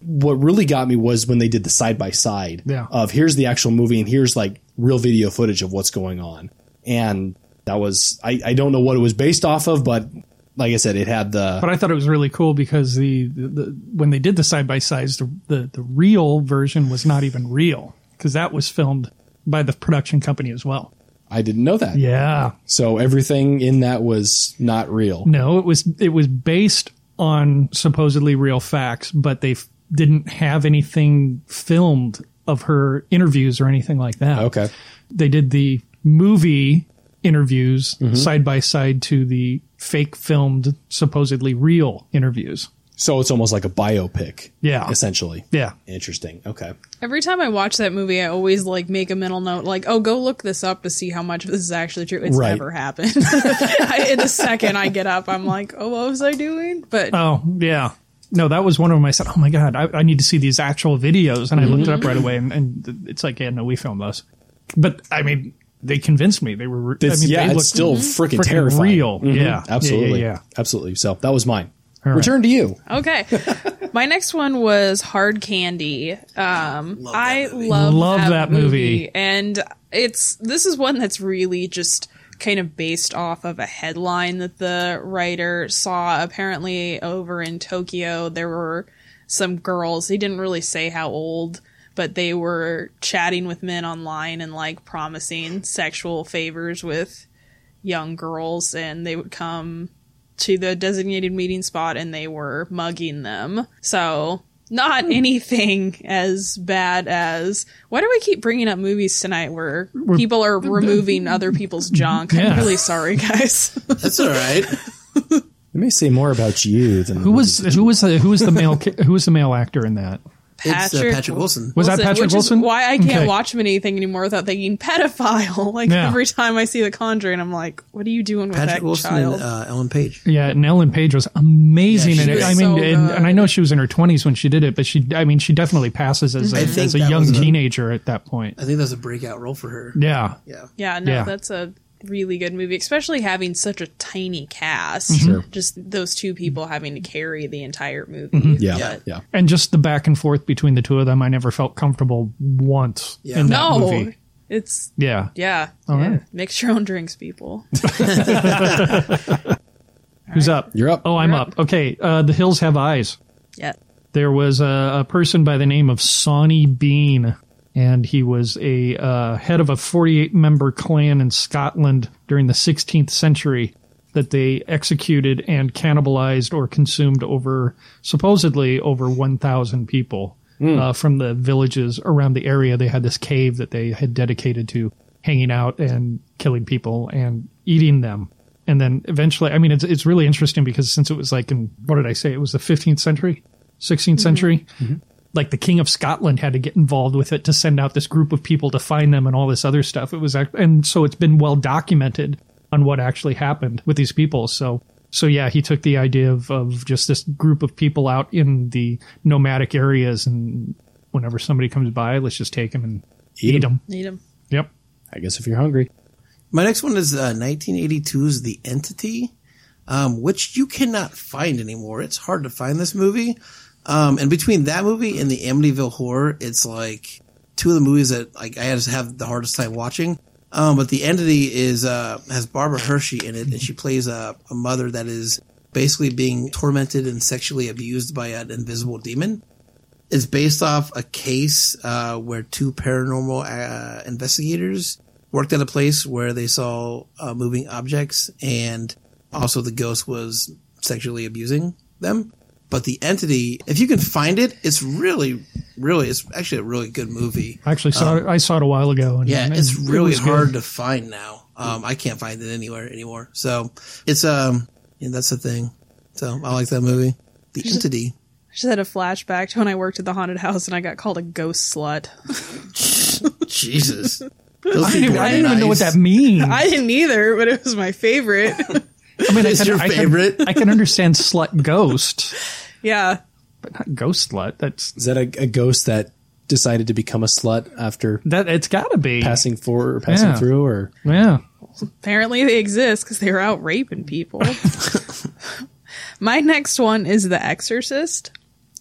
S4: what really got me was when they did the side by side uh,
S3: Yeah.
S4: of here's the actual movie and here's like real video footage of what's going on. And that was I, I don't know what it was based off of, but like I said, it had the
S3: But I thought it was really cool because the, the, the when they did the side by sides, the, the the real version was not even real because that was filmed by the production company as well.
S4: I didn't know that.
S3: Yeah,
S4: So everything in that was not real.
S3: No, it was it was based on supposedly real facts, but they f- didn't have anything filmed of her interviews or anything like that.
S4: Okay.
S3: They did the movie interviews side by side to the fake filmed supposedly real interviews.
S4: So it's almost like a biopic.
S3: Yeah.
S4: Essentially.
S3: Yeah.
S4: Interesting. Okay.
S5: Every time I watch that movie, I always like make a mental note, like, "Oh, go look this up to see how much of this is actually true." It's
S4: Right.
S5: never happened. I, in the second I get up, I'm like, "Oh, what was I doing?" But
S3: Oh, yeah. No, that was one of them. I said, "Oh my god, I, I need to see these actual videos," and I looked
S5: Mm-hmm.
S3: it up right away, and, and it's like, "Yeah, no, we filmed those." But I mean, they convinced me. They were. I
S4: It's,
S3: mean,
S4: yeah,
S3: they
S4: it's
S3: looked-
S4: still freaking
S3: freaking
S4: terrifying. Mm-hmm.
S3: real. Mm-hmm. Yeah.
S4: Absolutely.
S3: Yeah, yeah, yeah.
S4: Absolutely. So that was mine.
S3: right.
S4: Return to you.
S5: okay, my next one was Hard Candy. Um,
S2: Love that
S5: I
S2: movie.
S5: love
S3: Love that movie.
S5: and it's this is one that's really just kind of based off of a headline that the writer saw apparently over in Tokyo there were some girls he didn't really say how old but they were chatting with men online and like promising sexual favors with young girls and they would come to the designated meeting spot and they were mugging them. So, not anything as bad as why do we keep bringing up movies tonight where people are removing other people's junk?
S3: Yeah.
S5: I'm really sorry, guys.
S2: That's all right. uh,
S4: It may say more about you than
S3: Who was who was the, who was the male ca- who was the male actor in that?
S2: it's uh,
S5: Patrick
S2: Patrick Wilson.
S3: Was that
S5: Wilson,
S3: Patrick
S5: which
S3: Wilson?
S5: Is why I can't
S3: Okay.
S5: watch him in anything anymore without thinking pedophile. Like
S3: Yeah.
S5: every time I see The Conjuring, I'm like, what are you doing with
S2: Patrick
S5: that
S2: Wilson
S5: child?
S2: and uh, Ellen Page.
S3: Yeah, and Ellen Page was amazing
S2: Yeah,
S3: in
S2: she
S3: it.
S2: was
S3: I mean,
S5: so
S3: and,
S5: good.
S3: and I know she was in her twenties when she did it, but she I mean she definitely passes
S5: Mm-hmm.
S3: as a,
S2: I think
S3: as a
S2: that
S3: young
S2: was a-
S3: teenager at that point.
S2: I think that's a breakout role for her.
S3: Yeah,
S2: Yeah.
S5: Yeah, no,
S3: Yeah.
S5: that's a really good movie, especially having such a tiny cast.
S3: Mm-hmm.
S5: Just those two people having to carry the entire movie.
S3: Mm-hmm.
S4: Yeah.
S2: Yeah.
S4: yeah.
S3: and just the back and forth between the two of them, I never felt comfortable once
S2: Yeah.
S3: in that
S5: No,
S3: movie.
S5: it's
S3: Yeah,
S5: yeah.
S3: All
S5: yeah.
S3: right.
S5: Mix your own drinks, people.
S3: Who's up?
S4: You're up.
S3: Oh, I'm
S5: You're
S3: up.
S5: up.
S3: Okay. Uh, the Hills Have Eyes.
S5: Yeah.
S3: There was a, a person by the name of Sawney Bean, and he was a uh, head of a 48 member clan in Scotland during the 16th century that they executed and cannibalized or consumed over supposedly over 1,000 people uh, from the villages around the area. They had this cave that they had dedicated to hanging out and killing people and eating them. And then eventually, I mean, it's it's really interesting because since it was like in what did I say? It was the 15th century, 16th
S2: Mm-hmm.
S3: century. Like the King of Scotland had to get involved with it to send out this group of people to find them and all this other stuff. It was act- and so it's been well documented on what actually happened with these people. So so yeah, he took the idea of of just this group of people out in the nomadic areas and whenever somebody comes by, let's just take them and eat,
S4: Eat 'em.
S3: them.
S5: Need him.
S3: Yep.
S4: I guess if you're hungry.
S2: My next one is uh, 1982's The Entity, um, which you cannot find anymore. It's hard to find this movie. Um, and between that movie and the Amityville Horror, it's like two of the movies that like I just have the hardest time watching. Um, but The Entity is uh, has Barbara Hershey in it, and she plays a, a mother that is basically being tormented and sexually abused by an invisible demon. It's based off a case uh, where two paranormal uh, investigators worked at a place where they saw uh, moving objects and also the ghost was sexually abusing them. But the entity, if you can find it, it's really, really, it's actually a really good movie.
S3: I actually saw it, I saw it a while ago. And,
S2: Um, Yeah,
S3: and
S2: it's
S3: it
S2: really
S3: was good.
S2: hard to find now. Um, I can't find it anywhere anymore. So it's, um, yeah, that's the thing. So I like that movie. The entity.
S5: I just had a flashback to when I worked at the haunted house and I got called a ghost slut.
S3: Mm.
S2: Jesus.
S3: I didn't, even- I didn't even know what that means. I,
S5: I didn't either, but it was my favorite.
S3: mean, I
S2: It's
S3: can,
S2: your
S3: I can-
S2: favorite.
S3: I can understand slut ghost,
S5: yeah.
S3: but not ghost slut. That's
S4: Is that a, a ghost that decided to become a slut after
S3: that. It's got to be.
S4: passing for or passing
S3: Yeah.
S4: through or
S3: Yeah.
S5: Apparently they exist because they were out raping people. My next one is The Exorcist.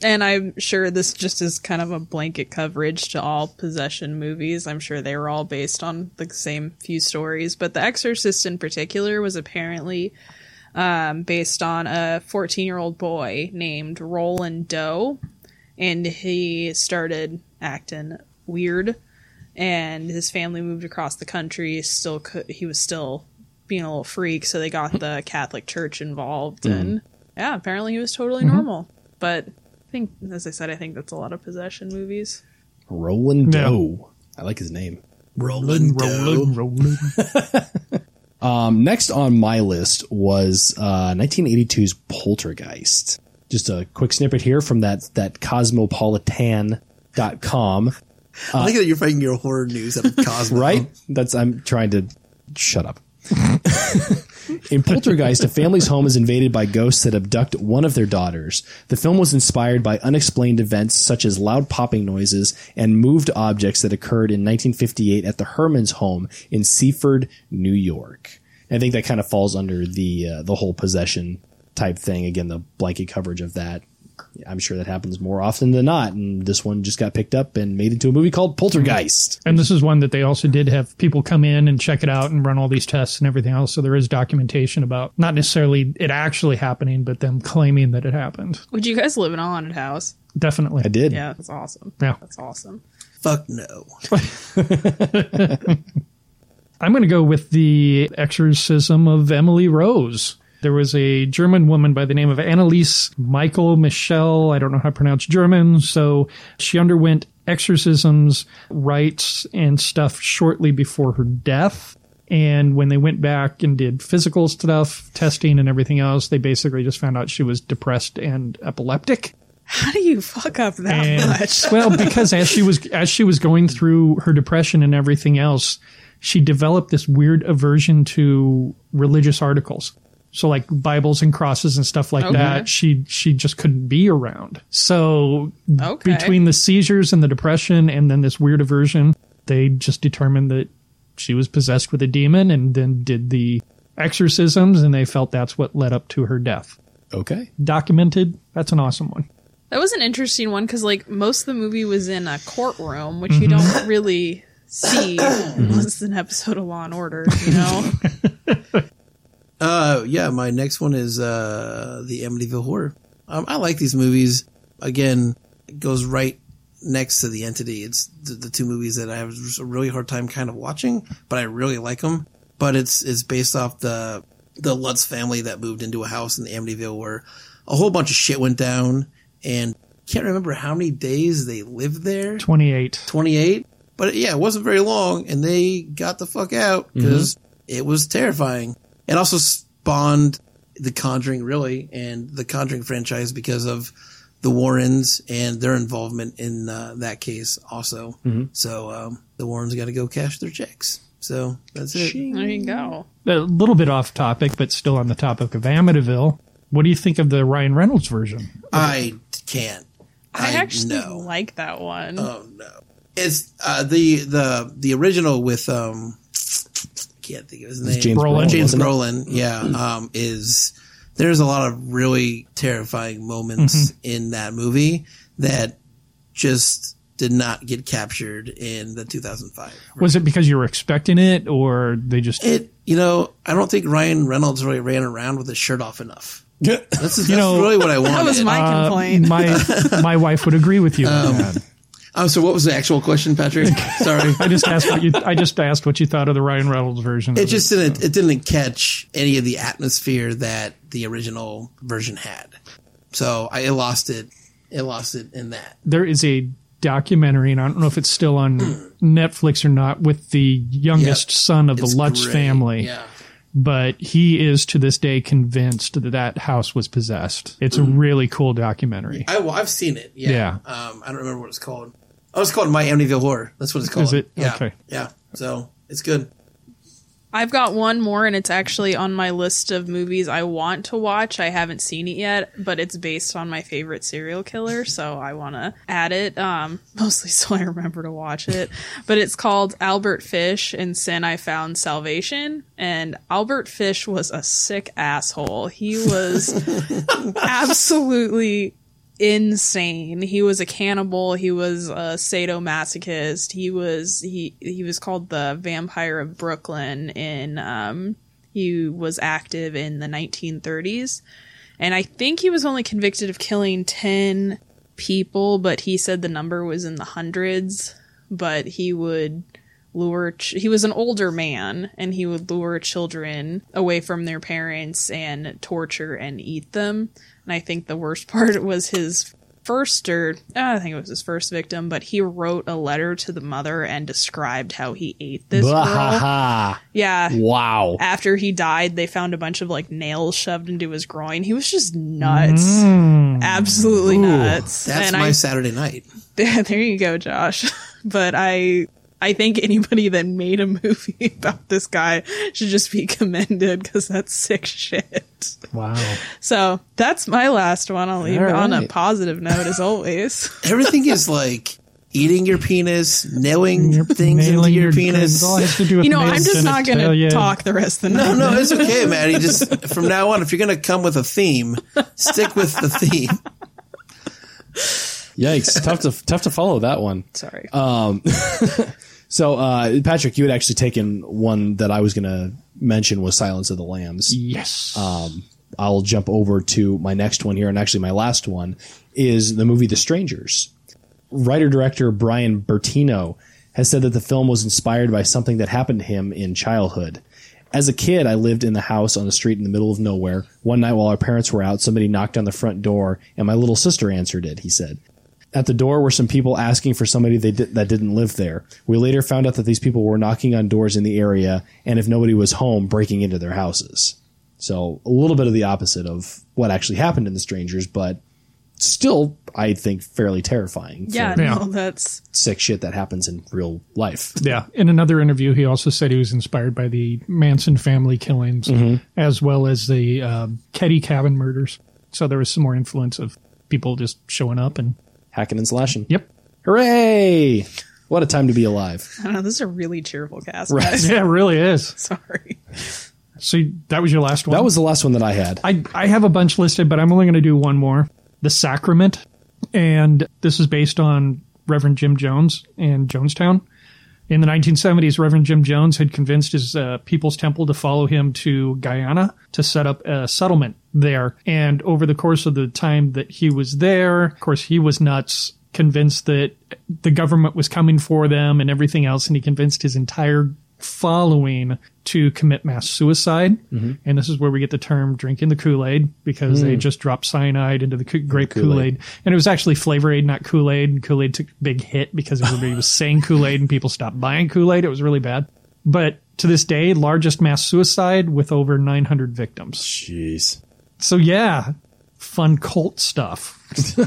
S5: And I'm sure this just is kind of a blanket coverage to all possession movies. I'm sure they were all based on the same few stories. But The Exorcist in particular was apparently um, based on a 14 year old boy named Roland Doe. And he started acting weird and his family moved across the country still cou- he was still being a little freak so they got the catholic church involved
S3: Mm.
S5: and yeah apparently he was totally
S3: Mm-hmm.
S5: normal but i think as i said i think that's a lot of possession movies
S4: Roland
S3: Yeah.
S4: Doe? I like his name.
S2: Roland
S3: Rolling,
S2: Doe.
S3: rolling.
S4: Um, next on my list was uh, 1982's Poltergeist. Just a quick snippet here from that that cosmopolitan.com.
S2: I think that you're finding your horror news out of Cosmo.
S4: right? That's I'm trying to shut up. In Poltergeist, a family's home is invaded by ghosts that abduct one of their daughters. The film was inspired by unexplained events such as loud popping noises and moved objects that occurred in 1958 at the Herman's home in Seaford, New York. I think that kind of falls under the uh, the whole possession type thing. Again, the blanket coverage of that. I'm sure that happens more often than not, and this one just got picked up and made into a movie called Poltergeist.
S3: And this is one that they also did have people come in and check it out and run all these tests and everything else. So there is documentation about not necessarily it actually happening, but them claiming that it happened.
S5: would you guys live in a haunted house
S3: Definitely.
S4: I did.
S5: yeah that's awesome
S3: Yeah.
S5: that's awesome
S2: Fuck no.
S3: I'm going to go with the exorcism of Emily Rose. There was a German woman by the name of Anneliese Michael Michelle. I don't know how to pronounce German. So she underwent exorcisms, rites, and stuff shortly before her death. And when they went back and did physical stuff, testing, and everything else, they basically just found out she was depressed and epileptic
S5: how do you fuck up that
S3: and-
S5: much
S3: well, because as she was as she was going through her depression and everything else, she developed this weird aversion to religious articles. So like Bibles and crosses and stuff like
S5: Okay.
S3: that, she she just couldn't be around. So
S5: Okay.
S3: between the seizures and the depression and then this weird aversion, they just determined that she was possessed with a demon and then did the exorcisms and they felt that's what led up to her death.
S4: Okay.
S3: Documented. That's an awesome one.
S5: that was an interesting one because like most of the movie was in a courtroom which you
S3: Mm-hmm.
S5: don't really see unless it's an episode of law and order you know
S2: Uh, yeah, my next one is uh, the Amityville Horror. Um, I like these movies. Again, it goes right next to the Entity. It's the, the two movies that I have a really hard time kind of watching, but I really like them. But it's it's based off the the Lutz family that moved into a house in Amityville where a whole bunch of shit went down, and can't remember how many days they lived there.
S3: 28.
S2: 28. But yeah, it wasn't very long, and they got the fuck out because it was terrifying. It also spawned The Conjuring, really, and the Conjuring franchise because of the Warrens and their involvement in uh, that case, also. So um, the Warrens got to go cash their checks. So that's it.
S5: There you go.
S3: A little bit off topic, but still on the topic of Amityville. What do you think of the Ryan Reynolds version?
S2: I can't.
S5: I, actually
S2: know.
S5: like that one.
S2: Oh no! It's uh, the the the original with um, I can't think of his name.
S4: James
S3: Brolin.
S4: Brolin.
S2: James
S4: wasn't it? Mm-hmm.
S2: Brolin, yeah, um, is there's a lot of really terrifying
S4: Mm-hmm.
S2: moments in that movie that just did not get captured in the 2005.
S3: Was it because you were expecting it, or they just
S2: It, you know, I don't think Ryan Reynolds really ran around with his shirt off enough. That's, that's
S3: know-
S2: really what I
S5: that
S2: wanted.
S5: was my
S3: Uh,
S5: complaint.
S3: my my wife would agree with you. on that.
S2: oh, so what was the actual question, Patrick? Sorry.
S3: I just asked what you I just asked what you thought of the Ryan Reynolds version.
S2: It
S3: of
S2: just didn't. It didn't catch any of the atmosphere that the original version had. So I it lost it. It lost it in that.
S3: there is a documentary, and I don't know if it's still on Netflix or not, with the youngest
S2: Yep.
S3: son of the
S2: It's
S3: Lutz
S2: great.
S3: family.
S2: Yeah.
S3: But he is to this day convinced that that house was possessed. It's
S2: Mm.
S3: a really cool documentary.
S2: I, well, I've seen it. Yeah.
S3: Yeah.
S2: Um, I don't remember what it's called. Oh, it's called My Amityville Horror. That's what it's called.
S3: it?
S2: Yeah.
S3: Okay.
S2: Yeah. So it's good.
S5: I've got one more, and it's actually on my list of movies I want to watch. I haven't seen it yet, but it's based on my favorite serial killer, so I want to add it, um, mostly so I remember to watch it. But it's called Albert Fish and Sin I Found Salvation. And Albert Fish was a sick asshole. He was absolutely insane. He was a cannibal. He was a sadomasochist. He was he he was called the vampire of Brooklyn. In um, he was active in the 1930s, and I think he was only convicted of killing ten people, but he said the number was in the hundreds. But he would lure ch- he was an older man and he would lure children away from their parents and torture and eat them and i think the worst part was his first or uh, i think it was his first victim but he wrote a letter to the mother and described how he ate this girl.
S4: Bahaha.
S5: yeah
S4: Wow.
S5: after he died, they found a bunch of like nails shoved into his groin. He was just nuts, absolutely nuts.
S2: That's
S5: and
S2: my
S5: I,
S2: Saturday night.
S5: there you go, Josh. But I, I think anybody that made a movie about this guy should just be commended because that's sick shit.
S3: Wow.
S5: So that's my last one. I'll leave it on a
S4: right.
S5: positive note as always.
S2: Everything is like eating your penis, nailing things
S3: Nailing
S2: into your,
S3: your
S2: penis. Oh,
S3: It all has to do with
S5: you know, I'm
S3: males
S5: just not going to
S3: genitalia.
S5: talk the rest of the night.
S2: No, no, it's okay, Maddie. Just from now on, if you're going to come with a theme, stick with the theme.
S4: Yikes. tough to tough to follow that one.
S5: Sorry.
S4: So, uh, Patrick, you had actually taken one that I was going to mention was Silence of the Lambs.
S3: E. Yes.
S2: Um,
S4: I'll jump over to my next one here, and actually my last one is the movie The Strangers. Writer director Brian Bertino has said that the film was inspired by something that happened to him in childhood. As a kid, I lived in the house on the street in the middle of nowhere. One night while our parents were out, somebody knocked on the front door, and my little sister answered it, he said. At the door were some people asking for somebody they did, that didn't live there. We later found out that these people were knocking on doors in the area, and if nobody was home, breaking into their houses. So a little bit of the opposite of what actually happened in The Strangers, but still, I think, fairly terrifying. for
S5: yeah,
S3: Yeah.
S5: no, that's
S4: sick shit that happens in real life.
S3: yeah. In another interview, he also said he was inspired by the Manson family killings
S2: Mm-hmm.
S3: as well as the um, Ketty Cabin murders. So there was some more influence of people just showing up and
S4: Hacking and slashing.
S3: yep.
S4: Hooray! What a time to be alive.
S5: I don't know. This is a really cheerful cast.
S4: Right.
S5: guys.
S3: Yeah, it really is.
S5: Sorry.
S3: So that was your last one.
S4: That was the last one that I had.
S3: I, I have a bunch listed, but I'm only going to do one more The Sacrament. And this is based on Reverend Jim Jones in Jonestown. In the 1970s, Reverend Jim Jones had convinced his uh, People's Temple to follow him to Guyana to set up a settlement there. And over the course of the time that he was there, of course, he was nuts, convinced that the government was coming for them and everything else. And he convinced his entire following to commit mass suicide. And this is where we get the term drinking the Kool Aid because they just dropped cyanide into the Ko- grape
S4: Kool-Aid.
S3: Kool Aid. And it was actually Flavor Aid, not Kool Aid. And Kool Aid took a big hit because everybody was saying Kool Aid and people stopped buying Kool Aid. It was really bad. But to this day, largest mass suicide with over 900 victims.
S4: Jeez.
S3: So, yeah, fun cult stuff. Do you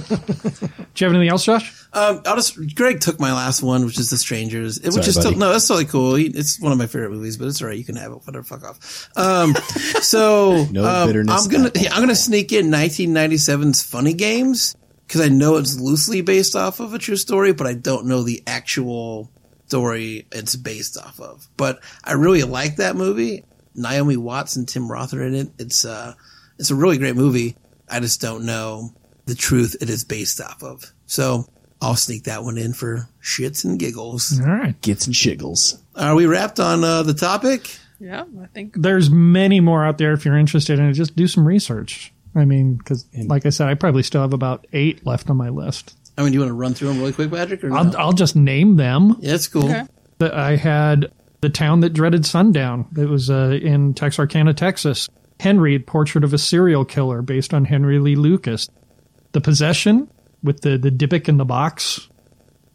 S3: have anything else, Josh?
S2: Um, I'll just Greg took my last one, which is The Strangers, It- which
S4: Sorry,
S2: is still,
S4: buddy.
S2: no, that's totally cool. He- It's one of my favorite movies, but it's all right. You can have it. Whatever. Fuck off. Um, so
S4: No
S2: um,
S4: bitterness
S2: I'm gonna
S4: at all.
S2: yeah, I'm gonna sneak in 1997's Funny Games because I know it's loosely based off of a true story, but I don't know the actual story it's based off of. But I really like that movie. Naomi Watts and Tim Roth are in it. It's uh, it's a really great movie. I just don't know the truth it is based off of. So I'll sneak that one in for shits and giggles.
S3: All right.
S4: Gets and shiggles.
S2: Are we wrapped on uh, the topic?
S5: Yeah, I think
S3: There's many more out there if you're interested in it. Just do some research. I mean, because like I said, I probably still have about eight left on my list.
S2: I mean, do you want to run through them really quick, Patrick? Or no?
S3: I'll, I'll just name them.
S2: yeah, that's cool.
S5: Okay.
S3: that I had the town that dreaded sundown. That was uh, in Texarkana, Texas. Henry, portrait of a serial killer, based on Henry Lee Lucas. The possession with the the Dybbuk in the box.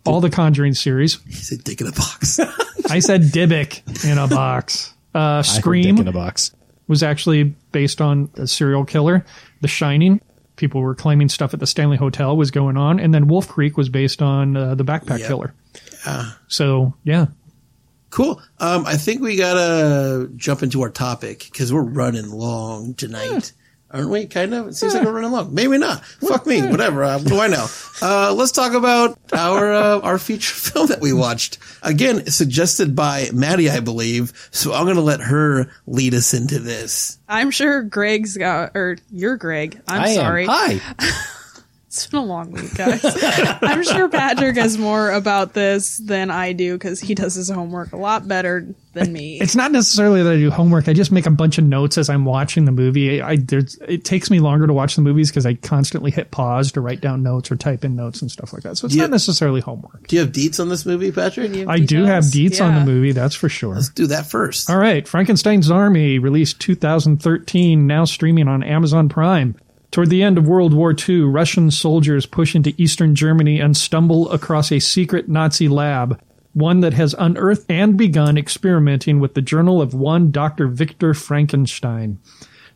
S3: All the Conjuring series.
S2: He said, "Dick in a box."
S3: I said Dybbuk in a box. Uh,
S4: I heard
S3: Scream
S4: dick in a box.
S3: was actually based on a serial killer. The Shining. People were claiming stuff at the Stanley Hotel was going on, and then Wolf Creek was based on uh, the Backpack
S2: Yep.
S3: Killer. So yeah,
S2: Cool. Um, I think we gotta jump into our topic because we're running long tonight, aren't we? Kind of. It seems like we're running long. Maybe not. Fuck me. Whatever. Uh, what do I know? Uh, let's talk about our uh, our feature film that we watched. Again, suggested by Maddie, I believe. So I'm gonna let her lead us into this.
S5: I'm sure Greg's got or you're Greg. I'm
S4: I am.
S5: sorry.
S4: Hi.
S5: It's been a long week, guys. I'm sure Patrick has more about this than I do because he does his homework a lot better than me.
S3: it's not necessarily that I do homework. I just make a bunch of notes as I'm watching the movie. I, I there's, it takes me longer to watch the movies because I constantly hit pause to write down notes or type in notes and stuff like that. So it's
S2: Yeah.
S3: not necessarily homework.
S2: Do you have deets on this movie, Patrick?
S5: You have
S3: I do have
S5: details?
S3: deets on the
S5: Yeah.
S3: movie, that's for sure.
S2: Do that first.
S3: All right, Frankenstein's Army, released 2013, now streaming on Amazon Prime. Toward the end of World War II, Russian soldiers push into eastern Germany and stumble across a secret Nazi lab, one that has unearthed and begun experimenting with the journal of one Dr. Victor Frankenstein.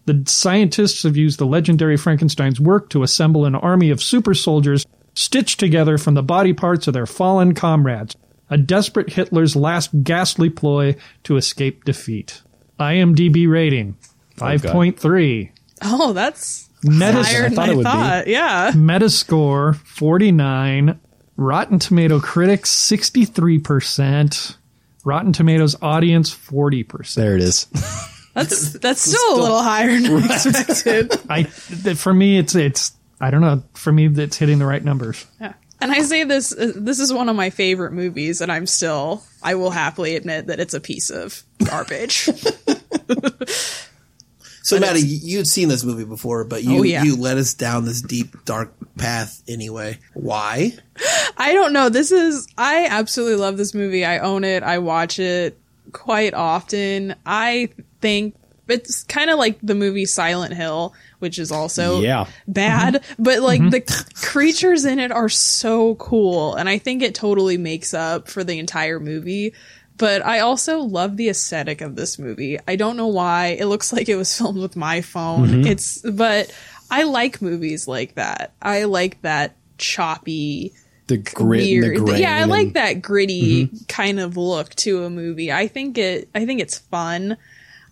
S3: The scientists have used the legendary Frankenstein's work to assemble an army of super soldiers stitched together from the body parts of their fallen comrades, a desperate Hitler's last ghastly ploy to escape defeat. IMDb rating 5.3.
S5: Oh, that's
S3: Metas-
S5: higher than
S4: thought
S5: I
S4: it
S5: thought.
S4: would be.
S5: Yeah.
S3: Metascore 49. Rotten Tomato critics 63%. Rotten Tomatoes audience 40%.
S4: There it is.
S5: That's that's still, a little higher than I expected.
S3: I th- for me it's it's I don't know, for me it's hitting the right numbers.
S5: Yeah. And I say this uh, this is one of my favorite movies and I'm still I will happily admit that it's a piece of garbage.
S2: So, Maddie, you'd seen this movie before, but you
S5: Oh, yeah.
S2: you led us down this deep, dark path anyway. Why?
S5: I don't know. This is I absolutely love this movie. I own it. I watch it quite often. I think it's kind of like the movie Silent Hill, which is also
S4: Yeah.
S5: bad, but like the c- creatures in it are so cool and I think it totally makes up for the entire movie. But I also love the aesthetic of this movie. I don't know why. It looks like it was filmed with my phone. It's but I like movies like that. I like that choppy
S4: The grit and
S5: weird.
S4: the grain.
S5: yeah, I
S4: and- Mm-hmm.
S5: like that gritty kind of look to a movie. I think it. I think it's fun.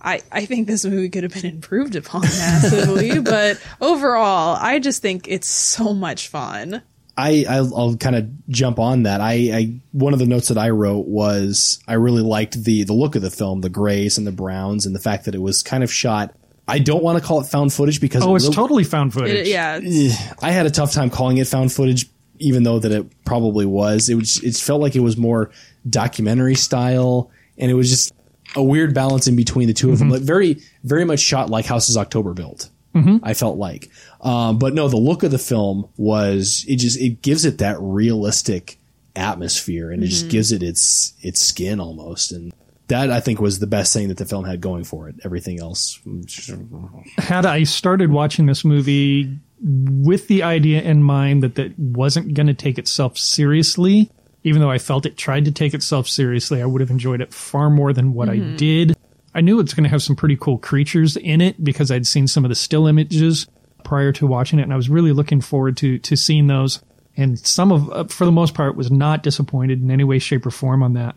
S5: I, I think this movie could have been improved upon massively, but overall, I just think it's so much fun.
S4: I, I I'll kind of jump on that. I, I one of the notes that I wrote was I really liked the the look of the film, the grays and the browns, and the fact that it was kind of shot. I don't want to call it found footage because
S3: Oh,
S4: it
S3: it's
S4: really-
S3: totally found footage.
S5: It- yeah, it's-
S4: I had a tough time calling it found footage even though that it probably was. It was it felt like it was more documentary style, and it was just a weird balance in between the two of them. Like very very much shot like House's October built. I felt like, um, but no, the look of the film was it just it gives it that realistic atmosphere, and it just gives it its its skin almost, and that I think was the best thing that the film had going for it. Everything else,
S3: had I started watching this movie with the idea in mind that that wasn't going to take itself seriously, even though I felt it tried to take itself seriously, I would have enjoyed it far more than what I did. I knew it's going to have some pretty cool creatures in it because I'd seen some of the still images prior to watching it, and I was really looking forward to to seeing those. And some of, uh, for the most part, was not disappointed in any way, shape, or form on that.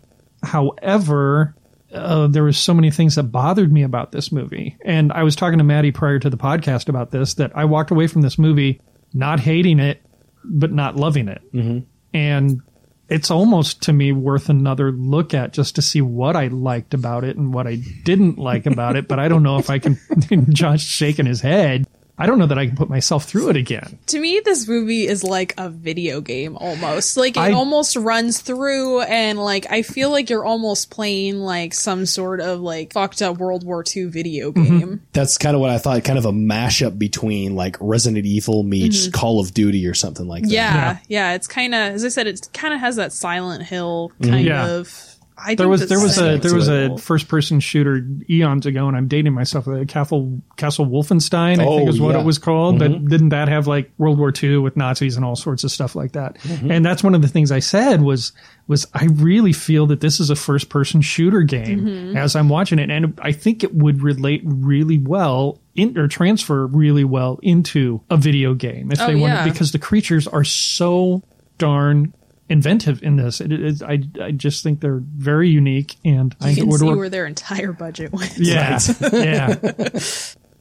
S3: However, uh, there was so many things that bothered me about this movie. And I was talking to Maddie prior to the podcast about this that I walked away from this movie not hating it, but not loving it. Mm-hmm. And it's almost to me worth another look at just to see what I liked about it and what I didn't like about it. But I don't know if I can. Josh shaking his head. I don't know that I can put myself through it again.
S5: To me, this movie is like a video game almost. Like it
S3: I-
S5: almost runs through, and like I feel like you're almost playing like some sort of like fucked up World War II video
S4: Mm-hmm.
S5: game.
S4: that's kind of what I thought. Kind of a mashup between like Resident Evil meets Call of Duty or something like that.
S5: Mm-hmm. Yeah, yeah, It's kind of, as I said, it kind of has that Silent Hill kind
S3: Mm-hmm. Yeah.
S5: of. I think
S3: There was
S5: that
S3: there was a
S5: Silent
S3: there was a
S5: Hill-
S3: first person shooter eons ago, and I'm dating myself. uh, Castle Castle Wolfenstein, I think
S4: Oh,
S3: is what
S4: yeah.
S3: it was called.
S5: Mm-hmm.
S3: But didn't that have like World War II with Nazis and all sorts of stuff like that?
S5: Mm-hmm.
S3: And that's one of the things I said was was I really feel that this is a first person shooter game
S5: Mm-hmm.
S3: as I'm watching it, and I think it would relate really well. In, or transfer really well into a video game if
S5: Oh,
S3: they wanted
S5: yeah.
S3: because the creatures are so darn inventive in this. It, it, I, I just think they're very unique, and I
S5: You can
S3: would
S5: see
S3: work-
S5: where their entire budget went.
S3: yeah, yeah.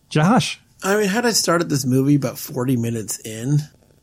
S3: Josh,
S2: I mean, had I started this movie about 40 minutes in,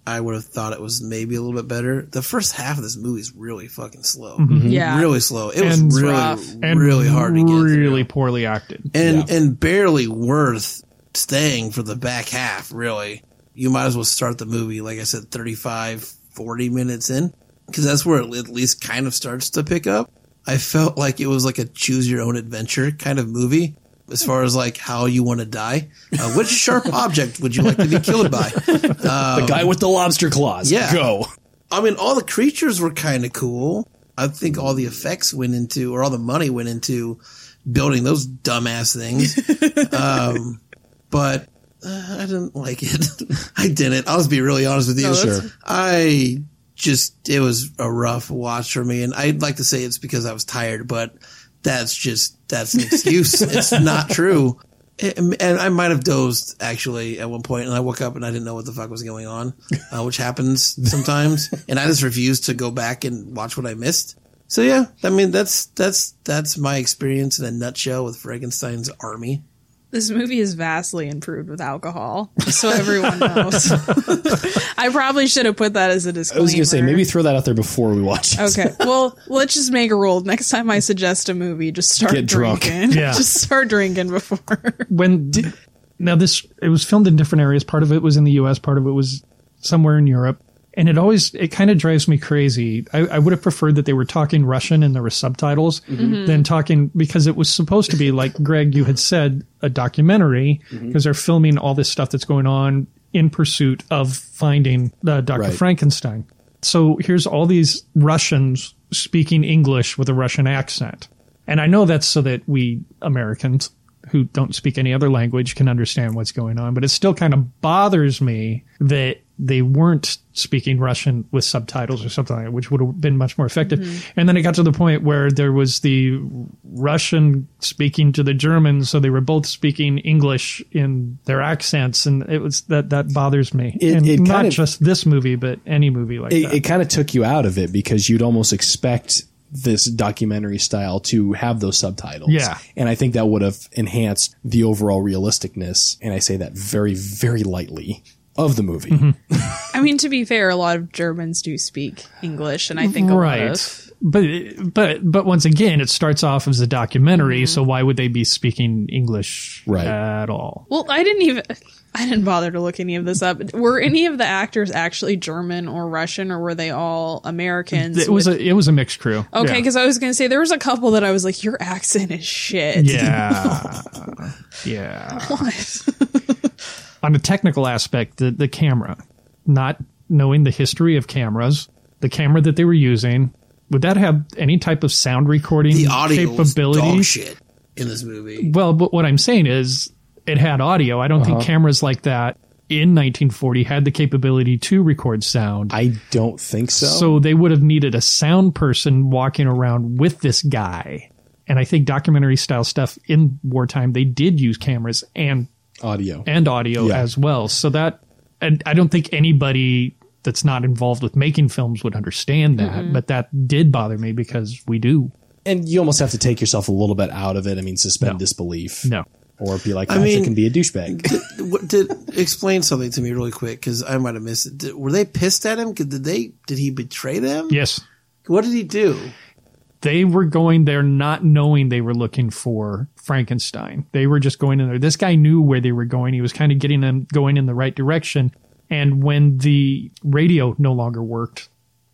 S2: I would have thought it was maybe a little bit better. The first half of this movie is really fucking slow.
S5: Yeah.
S2: Really slow. It was
S3: Mm-hmm. And-
S2: really,
S5: Rough.
S3: and
S2: really hard to get through.
S3: really poorly acted.
S2: and and barely worth staying for the back half really you might as well start the movie like i said 35 40 minutes in because that's where it at least kind of starts to pick up i felt like it was like a choose your own adventure kind of movie as far as like how you want to die uh, which sharp object would you like to be killed by
S4: the
S3: Oh.
S4: guy with the lobster claws.
S2: Yeah.
S4: go.
S2: I mean, all the creatures were kind of cool. I think all the effects went into, or all the money went into building those dumbass things. um, but uh, I didn't like it. I didn't. I'll just be really honest with you.
S5: No, that's- Sure.
S2: I just, it was a rough watch for me. And I'd like to say it's because I was tired, but that's just, that's an excuse. it's not true. And and I might have dozed actually at one point, and I woke up and I didn't know what the fuck was going on, uh, which happens sometimes. And I just refused to go back and watch what I missed. So yeah, I mean that's that's that's my experience in a nutshell with Frankenstein's Army.
S5: This movie is vastly improved with alcohol, so everyone knows. I probably should have put that as a
S4: I
S5: disclaimer.
S4: was gonna say maybe throw that out there before we watch. it.
S5: Okay. Well, let's just make a rule. Next time I suggest a movie, just start
S4: Get drunk.
S5: drinking.
S3: Yeah.
S5: Just start drinking before.
S3: When did, now this it was filmed in different areas. Part of it was in the U.S. Part of it was somewhere in Europe. And it always it kind of drives me crazy. I, I would have preferred that they were talking Russian and there were subtitles than talking because it was supposed to be like Greg, you had said, a documentary because they're filming all this stuff that's going on in pursuit of finding uh, Dr.
S4: Right.
S3: Frankenstein. So here's all these Russians speaking English with a Russian accent. And I know that's so that we Americans who don't speak any other language can understand what's going on, but it still kind of bothers me that they weren't speaking Russian with subtitles or something like that, which would have been much more effective. And then it got to the point where there was the Russian speaking to the German, so they were both speaking English in their accents, and it was that that bothers me.
S4: It-
S3: and
S4: it
S3: not
S4: kind of-
S3: just this movie, but any movie like
S4: It,
S3: that.
S4: it kind of took you out of it because you'd almost expect this documentary style to have those subtitles.
S3: Yeah.
S4: and I think that would have enhanced the overall realisticness. And I say that very, very lightly of the movie.
S3: Mm-hmm.
S5: I mean, to be fair, a lot of Germans do speak English, and I think a lot of.
S3: right but but but once again it starts off as a
S2: Mm-hmm.
S3: documentary so why would they be speaking english
S4: Right.
S3: at all
S5: Well, I didn't even. I didn't bother to look any of this up. Were any of the actors actually German or Russian, or were they all Americans?
S3: It was
S5: with-
S3: a it was a mixed crew.
S5: okay,
S3: Yeah.
S5: because I was going to say there was a couple that I was like, your accent is shit.
S3: Yeah. yeah.
S5: What?
S3: On the technical aspect, the, the camera, not knowing the history of cameras, the camera that they were using, would that have any type of sound recording
S2: The audio was
S3: capability?
S2: dog shit in this movie.
S3: Well, but what I'm saying is it had audio. I don't
S2: Uh-huh.
S3: think cameras like that in 1940 had the capability to record sound.
S4: I don't think so.
S3: So they would have needed a sound person walking around with this guy. And I think documentary style stuff in wartime, they did use cameras and
S4: Audio.
S3: and audio
S4: Yeah.
S3: as well. So that, and I don't think anybody that's not involved with making films would understand that. But that did bother me because we do.
S4: And you almost have to take yourself a little bit out of it. I mean, suspend
S3: No.
S4: disbelief.
S3: No,
S4: Or be like,
S2: I
S4: I
S2: mean-
S4: can be a douchebag.
S2: what, did explain something to me really quick because I might have missed it. Did, were they pissed at him? Did they? Did he betray them?
S3: yes,
S2: What did he do?
S3: they were going there not knowing they were looking for Frankenstein. They were just going in there. This guy knew where they were going. He was kind of getting them going in the right direction. And when the radio no longer worked,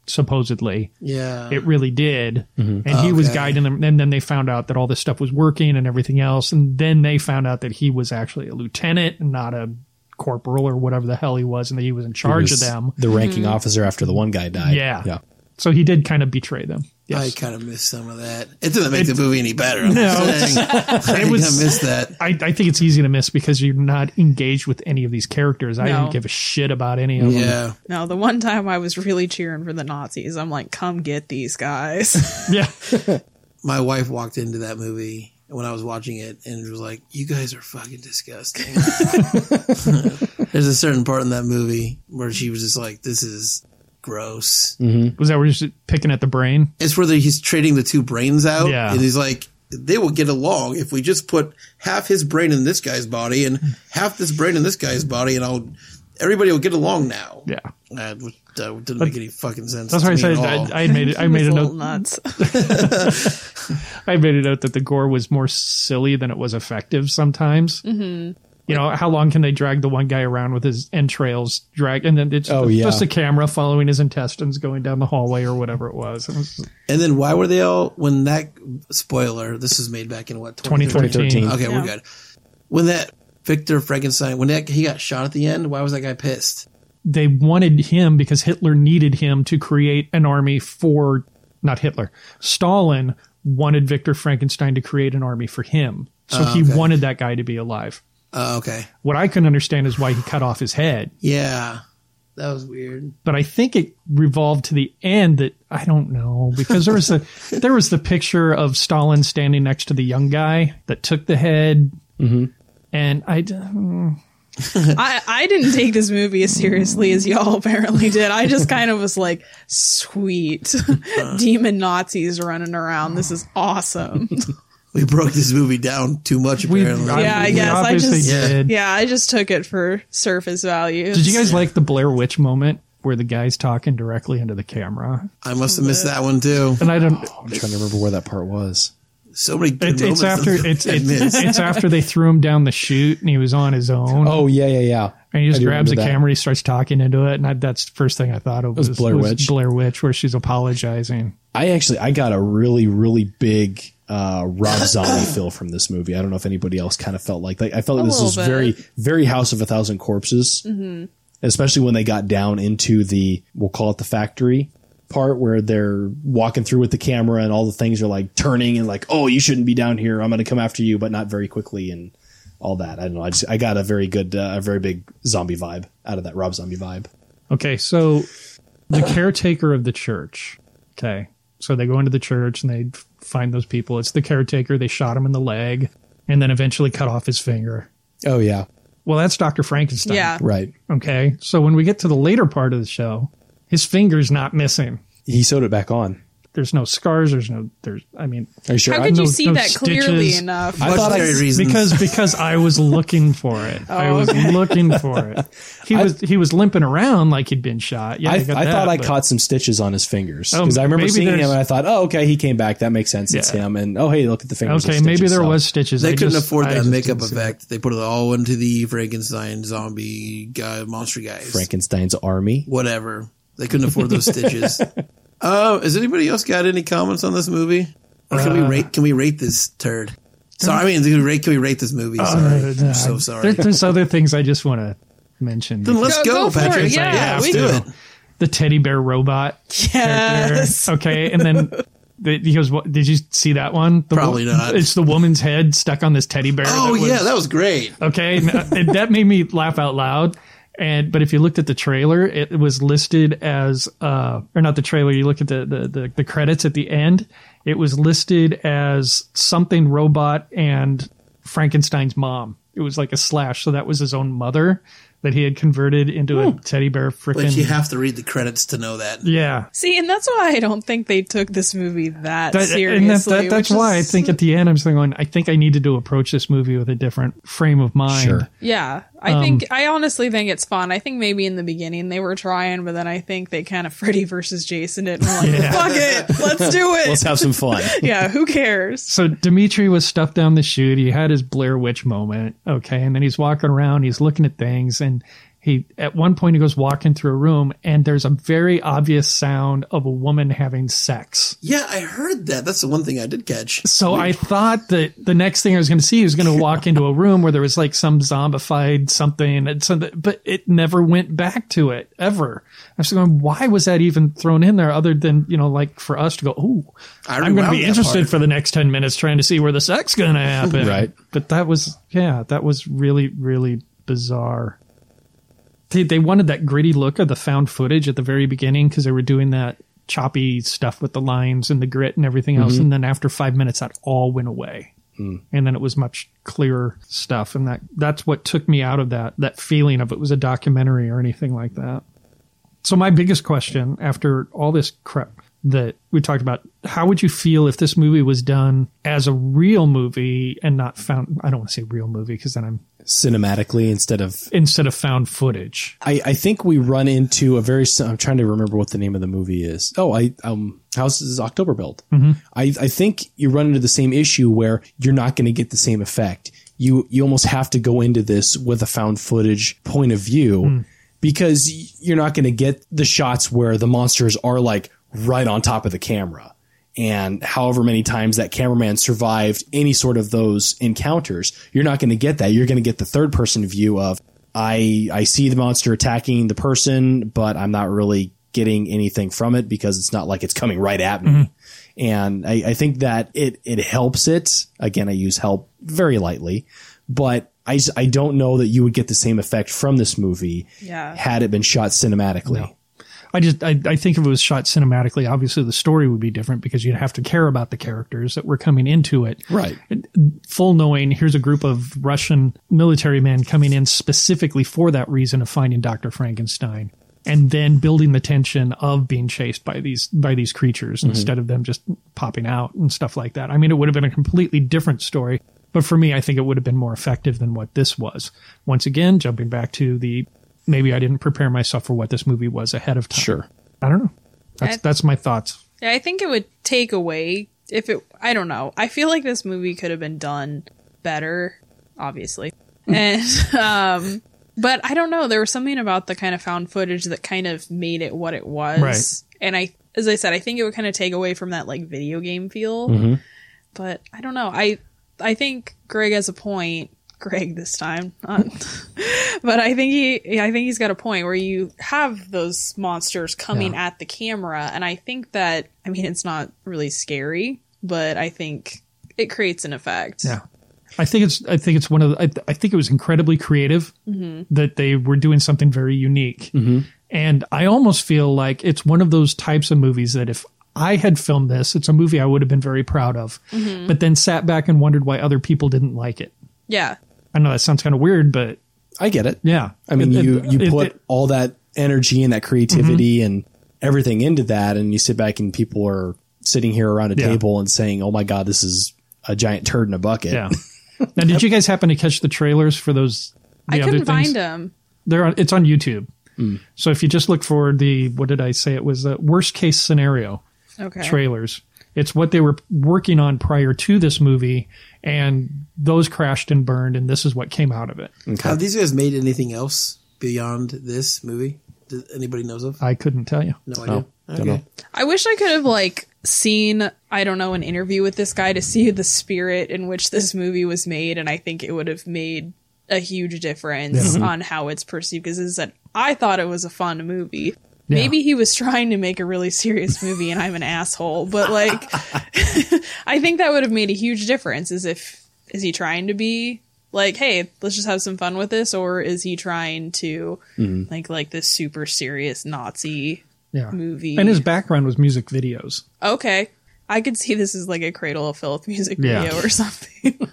S3: supposedly,
S2: Yeah.
S3: it really did. And he was
S2: Okay.
S3: guiding them. And then they found out that all this stuff was working and everything else. And then they found out that he was actually a lieutenant and not a corporal or whatever the hell he was and that he was in charge
S4: was
S3: of them. Mm-hmm.
S4: The ranking officer after the one guy died.
S3: Yeah.
S4: Yeah.
S3: So he did kind of betray them. Yes.
S2: I kind of missed some of that. It didn't make the movie any better. I'm no, saying. I, think
S3: was-
S2: I missed that.
S3: I, I think it's easy to miss because you're not engaged with any of these characters. I
S5: No.
S3: didn't give a shit about any of them.
S2: Yeah,
S5: no, the one time I was really cheering for the Nazis, I'm like, come get these guys.
S3: Yeah.
S2: my wife walked into that movie when I was watching it and was like, "You guys are fucking disgusting." There's a certain part in that movie where she was just like, "This is gross."
S3: Was that we're just picking at the brain?
S2: It's where they- he's trading the two brains out,
S3: Yeah.
S2: and he's like, "They will get along if we just put half his brain in this guy's body and half this brain in this guy's body, and I'll everybody will get along now."
S3: Yeah.
S2: Uh, which, uh, didn't make any fucking sense.
S3: That's
S2: to
S3: why I
S2: me
S3: said
S2: at all.
S3: I, I had made it. I made a
S5: Those little
S3: note.
S5: nuts.
S3: I made a note that the gore was more silly than it was effective sometimes. Mm-hmm. You know, how long can they drag the one guy around with his entrails drag, and then it's
S4: Oh, yeah.
S3: just a camera following his intestines going down the hallway or whatever it was. It was
S2: And then why were they all when that spoiler? This was made back in what 2013?
S3: 2013.
S2: Okay, we're
S5: Yeah.
S2: good. When that Victor Frankenstein, when that he got shot at the end, why was that guy pissed?
S3: they wanted him because Hitler needed him to create an army for not Hitler. Stalin wanted Victor Frankenstein to create an army for him. So he wanted that guy to be alive.
S2: Oh, okay,
S3: What I couldn't understand is why he cut off his head.
S2: yeah, that was weird.
S3: But I think it revolved to the end that I don't know because there was a there was the picture of Stalin standing next to the young guy that took the head. And I, d-
S5: I, I didn't take this movie as seriously as y'all apparently did. I just kind of was like, sweet. Demon Nazis running around. This is awesome.
S2: We broke this movie down too much.
S3: we,
S2: Apparently,
S5: Yeah, I
S3: we
S5: guess I
S3: obviously
S5: just-
S2: Yeah.
S3: did.
S5: Yeah, I just took it for surface value.
S3: Did you guys like the Blair Witch moment where the guy's talking directly into the camera?
S2: I must have missed that one too.
S3: And I don't.
S4: I'm trying to remember where that part was.
S2: So many. Good
S3: It,
S2: moments
S3: it's after
S2: that
S3: it's
S2: I
S3: it's,
S2: missed.
S3: it's after they threw him down the chute and he was on his own.
S4: Oh, yeah, yeah, yeah.
S3: and he
S4: I
S3: just
S4: do
S3: grabs the
S4: remember that.
S3: camera, he starts talking into it, and I, that's the first thing I thought of was,
S4: was Blair
S3: was
S4: Witch.
S3: Blair Witch, where she's apologizing.
S4: I actually I got a really really big uh, Rob Zombie feel from this movie. I don't know if anybody else kind of felt like that. I felt like this was
S5: little bit.
S4: very very House of a Thousand Corpses, mm-hmm. especially when they got down into the we'll call it the factory part where they're walking through with the camera and all the things are like turning and like oh you shouldn't be down here I'm going to come after you but not very quickly and all that. I don't know. I just I got a very good uh, a very big zombie vibe out of that Rob Zombie vibe.
S3: Okay, so the caretaker of the church. Okay, so they go into the church and they find those people. It's the caretaker. They shot him in the leg, and then eventually cut off his finger.
S4: Oh yeah,
S3: Well, that's Doctor Frankenstein.
S5: Yeah.
S4: right.
S3: Okay. So when we get to the later part of the show, his finger's not missing.
S4: He sewed it back on.
S3: There's no scars. There's no. There's. I mean,
S4: Are you sure?
S5: How
S4: I-
S5: could you
S3: no-
S5: see
S3: no
S5: that clearly
S3: stitches.
S5: enough?
S2: I thought
S4: I-
S2: reasons.
S3: because because I was looking for it. I was looking for it. He was he was limping around like he'd been shot. Yeah,
S4: I,
S3: got
S4: I
S3: that,
S4: thought I
S3: but-
S4: caught some stitches on his fingers
S3: Oh,
S4: because I remember
S3: maybe
S4: seeing him
S3: there's-
S4: and I thought, oh, okay, he came back. That makes sense. It's
S3: Yeah.
S4: him. And oh, hey, look at the fingers. with
S3: Okay, maybe
S4: stitches.
S3: there
S4: So
S3: was stitches.
S2: they
S3: I
S2: couldn't
S3: just-
S2: afford
S3: I
S2: that
S3: just
S2: makeup
S3: didn't see it.
S2: effect. They put it all into the Frankenstein zombie guy, monster guys,
S4: Frankenstein's army.
S2: whatever. They couldn't afford those stitches. Oh, has anybody else got any comments on this movie? Or can we
S3: Uh,
S2: rate? Can we rate this turd? Sorry, I mean, can we rate? Can we rate this movie? Sorry,
S3: Uh,
S2: I'm so
S3: uh,
S2: sorry.
S3: there- there's other things I just want to mention.
S2: Then let's
S5: Go-
S2: go,
S5: go for it.
S2: Patrick.
S5: Yeah,
S2: let's
S5: we-
S2: do it.
S3: the teddy bear robot.
S5: Yes.
S3: character. Okay, and then the, he goes, "What? Did you see that one? The
S2: Probably
S3: wo-
S2: not.
S3: It's the woman's head stuck on this teddy bear.
S2: Oh
S3: that was-
S2: yeah, that was great.
S3: okay, and, uh, and that made me laugh out loud. And but if you looked at the trailer, it was listed as uh, or not the trailer. You look at the, the the the credits at the end. It was listed as something robot and Frankenstein's mom. It was like a slash. So that was his own mother that he had converted into
S2: Hmm.
S3: a teddy bear.
S2: But you
S3: Freaking
S2: have to read the credits to know that.
S3: yeah.
S5: See, and that's why I don't think they took this movie that,
S3: That-
S5: seriously.
S3: and that, that, that's
S5: which
S3: why I
S5: is-
S3: think at the end I'm just going. I think I needed to approach this movie with a different frame of mind.
S4: Sure.
S5: Yeah, I
S3: um,
S5: think I honestly think it's fun. I think maybe in the beginning they were trying, but then I think they kind of Freddy versus Jason it and were like, "Fuck it, let's do
S4: Let's
S5: it."
S4: have some fun.
S5: yeah, who cares?
S3: So Dimitri was stuffed down the chute. He had his Blair Witch moment. Okay. And then he's walking around, he's looking at things. And he, at one point, he goes walking through a room and there's a very obvious sound of a woman having sex.
S2: Yeah, I heard that. That's the one thing I did catch.
S3: So I thought that the next thing I was going to see, he was going to walk into a room where there was like some zombified something and something, but it never went back to it ever. I was going, why was that even thrown in there other than, you know, like for us to go, oh,
S2: I
S3: I'm going to
S2: rewound
S3: be
S2: that
S3: interested
S2: part.
S3: for the next 10 minutes trying to see where the sex going to happen.
S4: Right.
S3: But that was, yeah, that was really, really bizarre. They, they wanted that gritty look of the found footage at the very beginning because they were doing that choppy stuff with the lines and the grit and everything
S2: Mm-hmm.
S3: else. And then after five minutes, that all went away.
S2: Hmm.
S3: And then it was much clearer stuff. And that, that's what took me out of that, that feeling of it was a documentary or anything like that. So my biggest question after all this crap that we talked about, how would you feel if this movie was done as a real movie and not found I don't want to say real movie because then I'm
S4: Cinematically, instead of
S3: instead of found footage.
S4: I, I think we run into a very. s- I'm trying to remember what the name of the movie is. Oh, I um, House is October Build. I I think you run into the same issue where you're not going to get the same effect. You you almost have to go into this with a found footage point of view because y- you're not going to get the shots where the monsters are like right on top of the camera and however many times that cameraman survived any sort of those encounters, you're not going to get that. You're going to get the third person view of I I see the monster attacking the person, but I'm not really getting anything from it because it's not like it's coming right at me. And I, I think that it it helps it. Again, I use help very lightly, but I s- I don't know that you would get the same effect from this movie
S5: Yeah.
S4: had it been shot cinematically.
S3: I just I, I think if it was shot cinematically, obviously the story would be different because you'd have to care about the characters that were coming into it.
S4: Right.
S3: full knowing here's a group of Russian military men coming in specifically for that reason of finding Dr. Frankenstein and then building the tension of being chased by these by these creatures instead of them just popping out and stuff like that. I mean it would have been a completely different story, but for me I think it would have been more effective than what this was. Once again, jumping back to the maybe I didn't prepare myself for what this movie was ahead of time.
S4: Sure.
S3: I don't know. That's
S5: I-
S3: that's my thoughts.
S5: Yeah, I think it would take away if it. I don't know. I feel like this movie could have been done better, obviously, and um, but I don't know. There was something about the kind of found footage that kind of made it what it was,
S3: Right.
S5: and I, as I said, I think it would kind of take away from that like video game feel. But I don't know. I I think Greg has a point. Greg this time, not- but I think he, I think he's got a point where you have those monsters coming at the camera, and I think that, I mean, it's not really scary, but I think it creates an effect.
S3: Yeah. I think it's I think it's one of the, I, I think it was incredibly creative
S5: Mm-hmm.
S3: that they were doing something very unique.
S4: Mm-hmm.
S3: And I almost feel like it's one of those types of movies that if I had filmed this, it's a movie I would have been very proud of,
S5: Mm-hmm.
S3: but then sat back and wondered why other people didn't like it.
S5: Yeah.
S3: I know that sounds kind of weird, but
S4: I get it.
S3: yeah.
S4: I mean,
S3: It-
S4: you
S3: it-
S4: you
S3: it- Mm-hmm.
S4: put
S3: it-
S4: all that energy and that creativity and everything into that, and you sit back and people are sitting here around a
S3: Yeah.
S4: table and saying, "Oh my god, this is a giant turd in a bucket."
S3: Yeah. now, did you guys happen to catch the trailers for those? The
S5: I
S3: other things?
S5: couldn't find them.
S3: They're on. It's on YouTube.
S4: Mm.
S3: So if you just look for the what did I say? It was the worst case scenario
S5: Okay.
S3: trailers. It's what they were working on prior to this movie, and those crashed and burned, and this is what came out of it.
S2: Have these guys made anything else beyond this movie? Does anybody knows of?
S3: I couldn't tell you.
S2: No
S4: No,
S2: idea.
S4: don't know.
S5: I wish I could have like seen I don't know an interview with this guy to see the spirit in which this movie was made, and I think it would have made a huge difference on how it's perceived. Because is that I thought it was a fun movie.
S3: Yeah.
S5: Maybe he was trying to make a really serious movie, and I'm an asshole. But like, I think that would have made a huge difference. Is if is he trying to be like, hey, let's just have some fun with this, or is he trying to
S3: Mm-hmm.
S5: like like this super serious Nazi?
S3: Yeah.
S5: Movie.
S3: And his background was music videos.
S5: Okay. I could see this as like a Cradle of Filth music
S3: Yeah.
S5: video or something.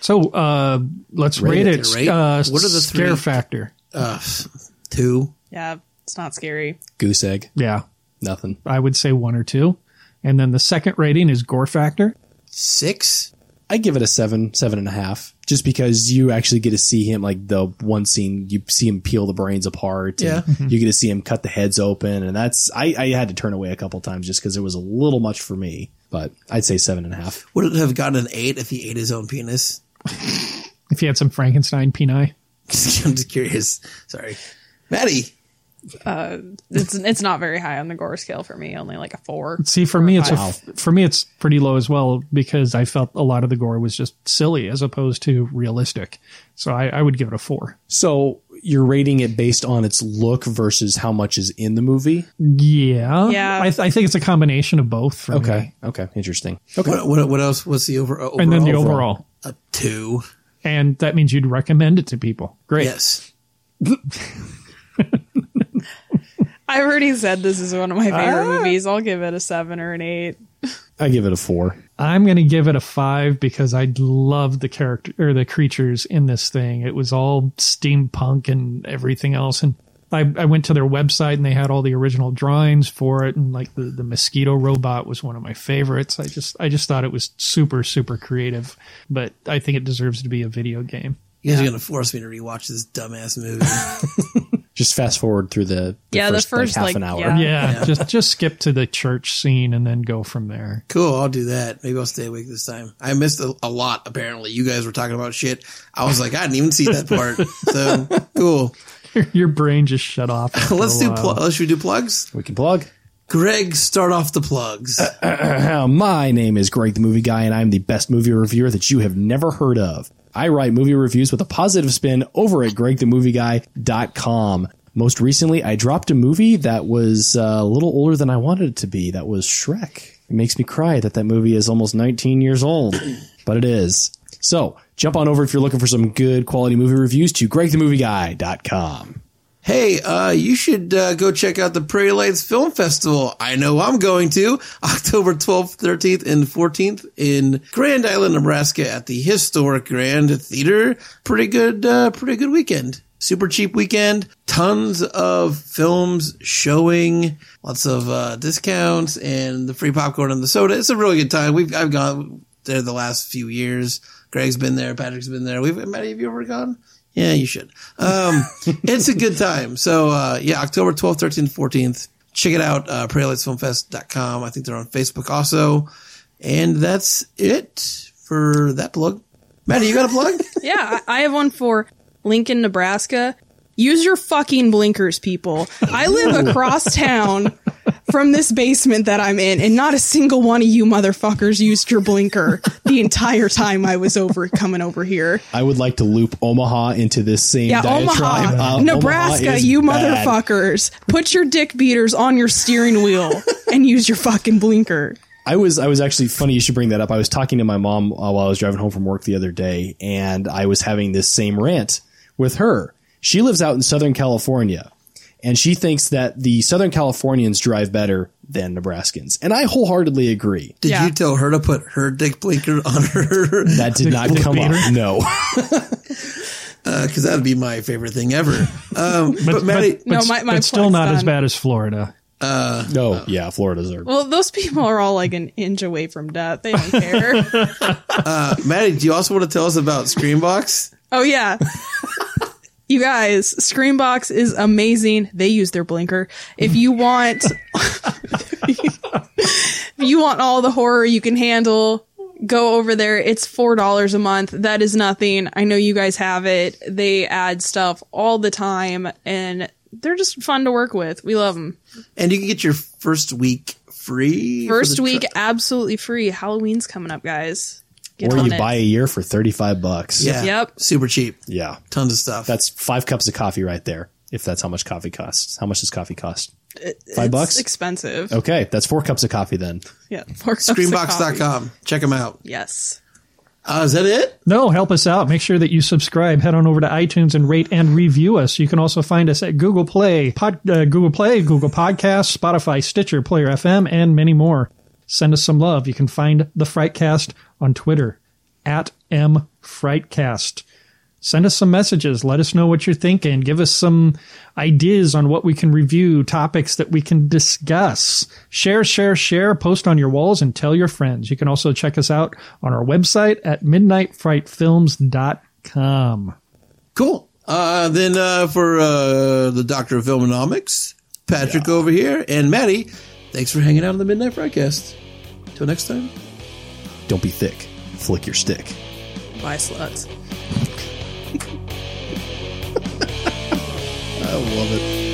S3: So uh, let's rate,
S4: Rate
S3: it.
S2: it, right?
S3: Uh,
S2: What are the
S3: scare
S2: three-
S3: factor?
S2: Uh, f- two.
S5: yeah, it's not scary.
S4: Goose egg,
S3: Yeah,
S4: nothing.
S3: I would say one or two. And then the second rating is gore factor.
S2: Six?
S4: I give it a seven, seven and a half, just because you actually get to see him like the one scene you see him peel the brains apart. and you get to see him cut the heads open, and that's I, I had to turn away a couple times just because it was a little much for me. But I'd say seven and a half.
S2: Would it have gotten an eight if he ate his own penis?
S3: If you had some Frankenstein peni,
S2: I'm just curious. Sorry. Maddie.
S5: It's it's not very high on the gore scale for me, only like a four.
S3: see for me it's a, for me it's pretty low as well because I felt a lot of the gore was just silly as opposed to realistic. So I, I would give it a four.
S4: So you're rating it based on its look versus how much is in the movie.
S3: Yeah,
S5: Yeah.
S3: I, th- I think it's a combination of both. For me.
S4: okay, interesting. Okay,
S2: What, what, what else? What's the over, overall?
S3: and then the overall,
S2: A two.
S3: and that means you'd recommend it to people. Great.
S2: Yes.
S5: I've already said this is one of my favorite movies. I'll give it a seven or an eight.
S4: I give it a four.
S3: I'm going to give it a five because I loved the character or the creatures in this thing. It was all steampunk and everything else. And I, I went to their website and they had all the original drawings for it. And like the, the mosquito robot was one of my favorites. I just, I just thought it was super, super creative, but I think it deserves to be a video game.
S2: You guys are going to force me to rewatch this dumbass movie.
S4: Just fast forward through the, the
S5: Yeah, the
S4: first,
S5: first,
S4: like, half
S5: like,
S4: an hour.
S5: yeah.
S3: Yeah. just, just skip to the church scene and then go from there.
S2: cool. I'll do that. Maybe I'll stay awake this time. I missed a, a lot, apparently. You guys were talking about shit. I was like, I didn't even see that part. So, cool.
S3: Your brain just shut off. after
S2: Let's
S3: a
S2: do,
S3: while.
S2: pl- let's should we do plugs?
S4: We can plug.
S2: Greg, start off the plugs.
S4: Now, Uh, my name is Greg the Movie Guy, and I'm the best movie reviewer that you have never heard of. I write movie reviews with a positive spin over at gregthemovieguy.com. Most recently, I dropped a movie that was uh, a little older than I wanted it to be. That was Shrek. It makes me cry that that movie is almost 19 years old, but it is. So jump on over if you're looking for some good quality movie reviews to gregthemovieguy.com.
S2: Hey, uh, you should uh, go check out the Prairie Lights Film Festival. I know I'm going to October 12th, 13th, and 14th in Grand Island, Nebraska, at the historic Grand Theater. Pretty good, uh, pretty good weekend. Super cheap weekend. Tons of films showing. Lots of uh, discounts and the free popcorn and the soda. It's a really good time. We've I've gone there the last few years. Greg's been there. Patrick's been there. We've Maddie, have you ever gone? Yeah, you should. Um, it's a good time. So, uh, yeah, October 12th, 13th, 14th. Check it out, uh, prairielightsfilmfest.com. I think they're on Facebook also. And that's it for that plug. Maddie, you got a plug?
S5: yeah, I I have one for Lincoln, Nebraska. Use your fucking blinkers, people. I live across town from this basement that I'm in, and not a single one of you motherfuckers used your blinker the entire time I was over coming over here.
S4: I would like to loop Omaha into this same
S5: Yeah,
S4: diatribe.
S5: Omaha,
S4: Uh,
S5: Nebraska,
S4: Omaha is
S5: you
S4: bad.
S5: motherfuckers. Put your dick beaters on your steering wheel and use your fucking blinker.
S4: I was I was actually funny you should bring that up. I was talking to my mom uh, while I was driving home from work the other day, and I was having this same rant with her. She lives out in Southern California, and she thinks that the Southern Californians drive better than Nebraskans, and I wholeheartedly agree.
S2: Did
S5: Yeah.
S2: you tell her to put her dick blinker on her?
S4: That did not come up. No,
S2: Uh, Because that would be my favorite thing ever. Um, but, Maddie,
S5: No, my- my
S3: but still
S5: plug's
S3: not
S5: done.
S3: as bad as Florida.
S4: No, yeah, Florida's are.
S5: Well, those people are all like an inch away from death. They don't care.
S2: Maddie, do you also want to tell us about Screenbox?
S5: oh yeah. You guys, Screambox is amazing. They use their blinker. If you want if you want all the horror you can handle, go over there. It's $4 a month. That is nothing. I know you guys have it. They add stuff all the time and they're just fun to work with. We love them.
S2: And you can get your first week free. for
S5: First
S2: the
S5: week,
S2: tri-
S5: absolutely free. Halloween's coming up, guys. Get
S4: Or
S5: on
S4: you
S5: it.
S4: buy a year for thirty-five bucks.
S2: yeah.
S5: Yep.
S2: Super cheap.
S4: yeah,
S2: Tons of stuff.
S4: that's five cups of coffee right there. If that's how much coffee costs, how much does coffee cost? Five bucks.
S5: It's expensive.
S4: okay, that's four cups of coffee then.
S5: Yeah. Four cups of coffee.
S2: Screenbox.com. Check them out.
S5: Yes.
S2: Uh, is that it?
S3: No, help us out. Make sure that you subscribe. Head on over to iTunes and rate and review us. You can also find us at Google Play, Pod, uh, Google Play, Google Podcasts, Spotify, Stitcher, Player FM, and many more. Send us some love. You can find the Frightcast on Twitter at M Frightcast. Send us some messages. Let us know what you're thinking. Give us some ideas on what we can review, topics that we can discuss. Share, share, share, post on your walls and tell your friends. You can also check us out on our website at midnightfrightfilms.com.
S2: Cool. Uh, then uh, for uh, the Doctor of Filmonomics, Patrick over here, and Maddie, thanks for hanging out on the Midnight Broadcast. Till next time.
S4: Don't be thick. Flick your stick.
S5: Buy sluts.
S2: I love it.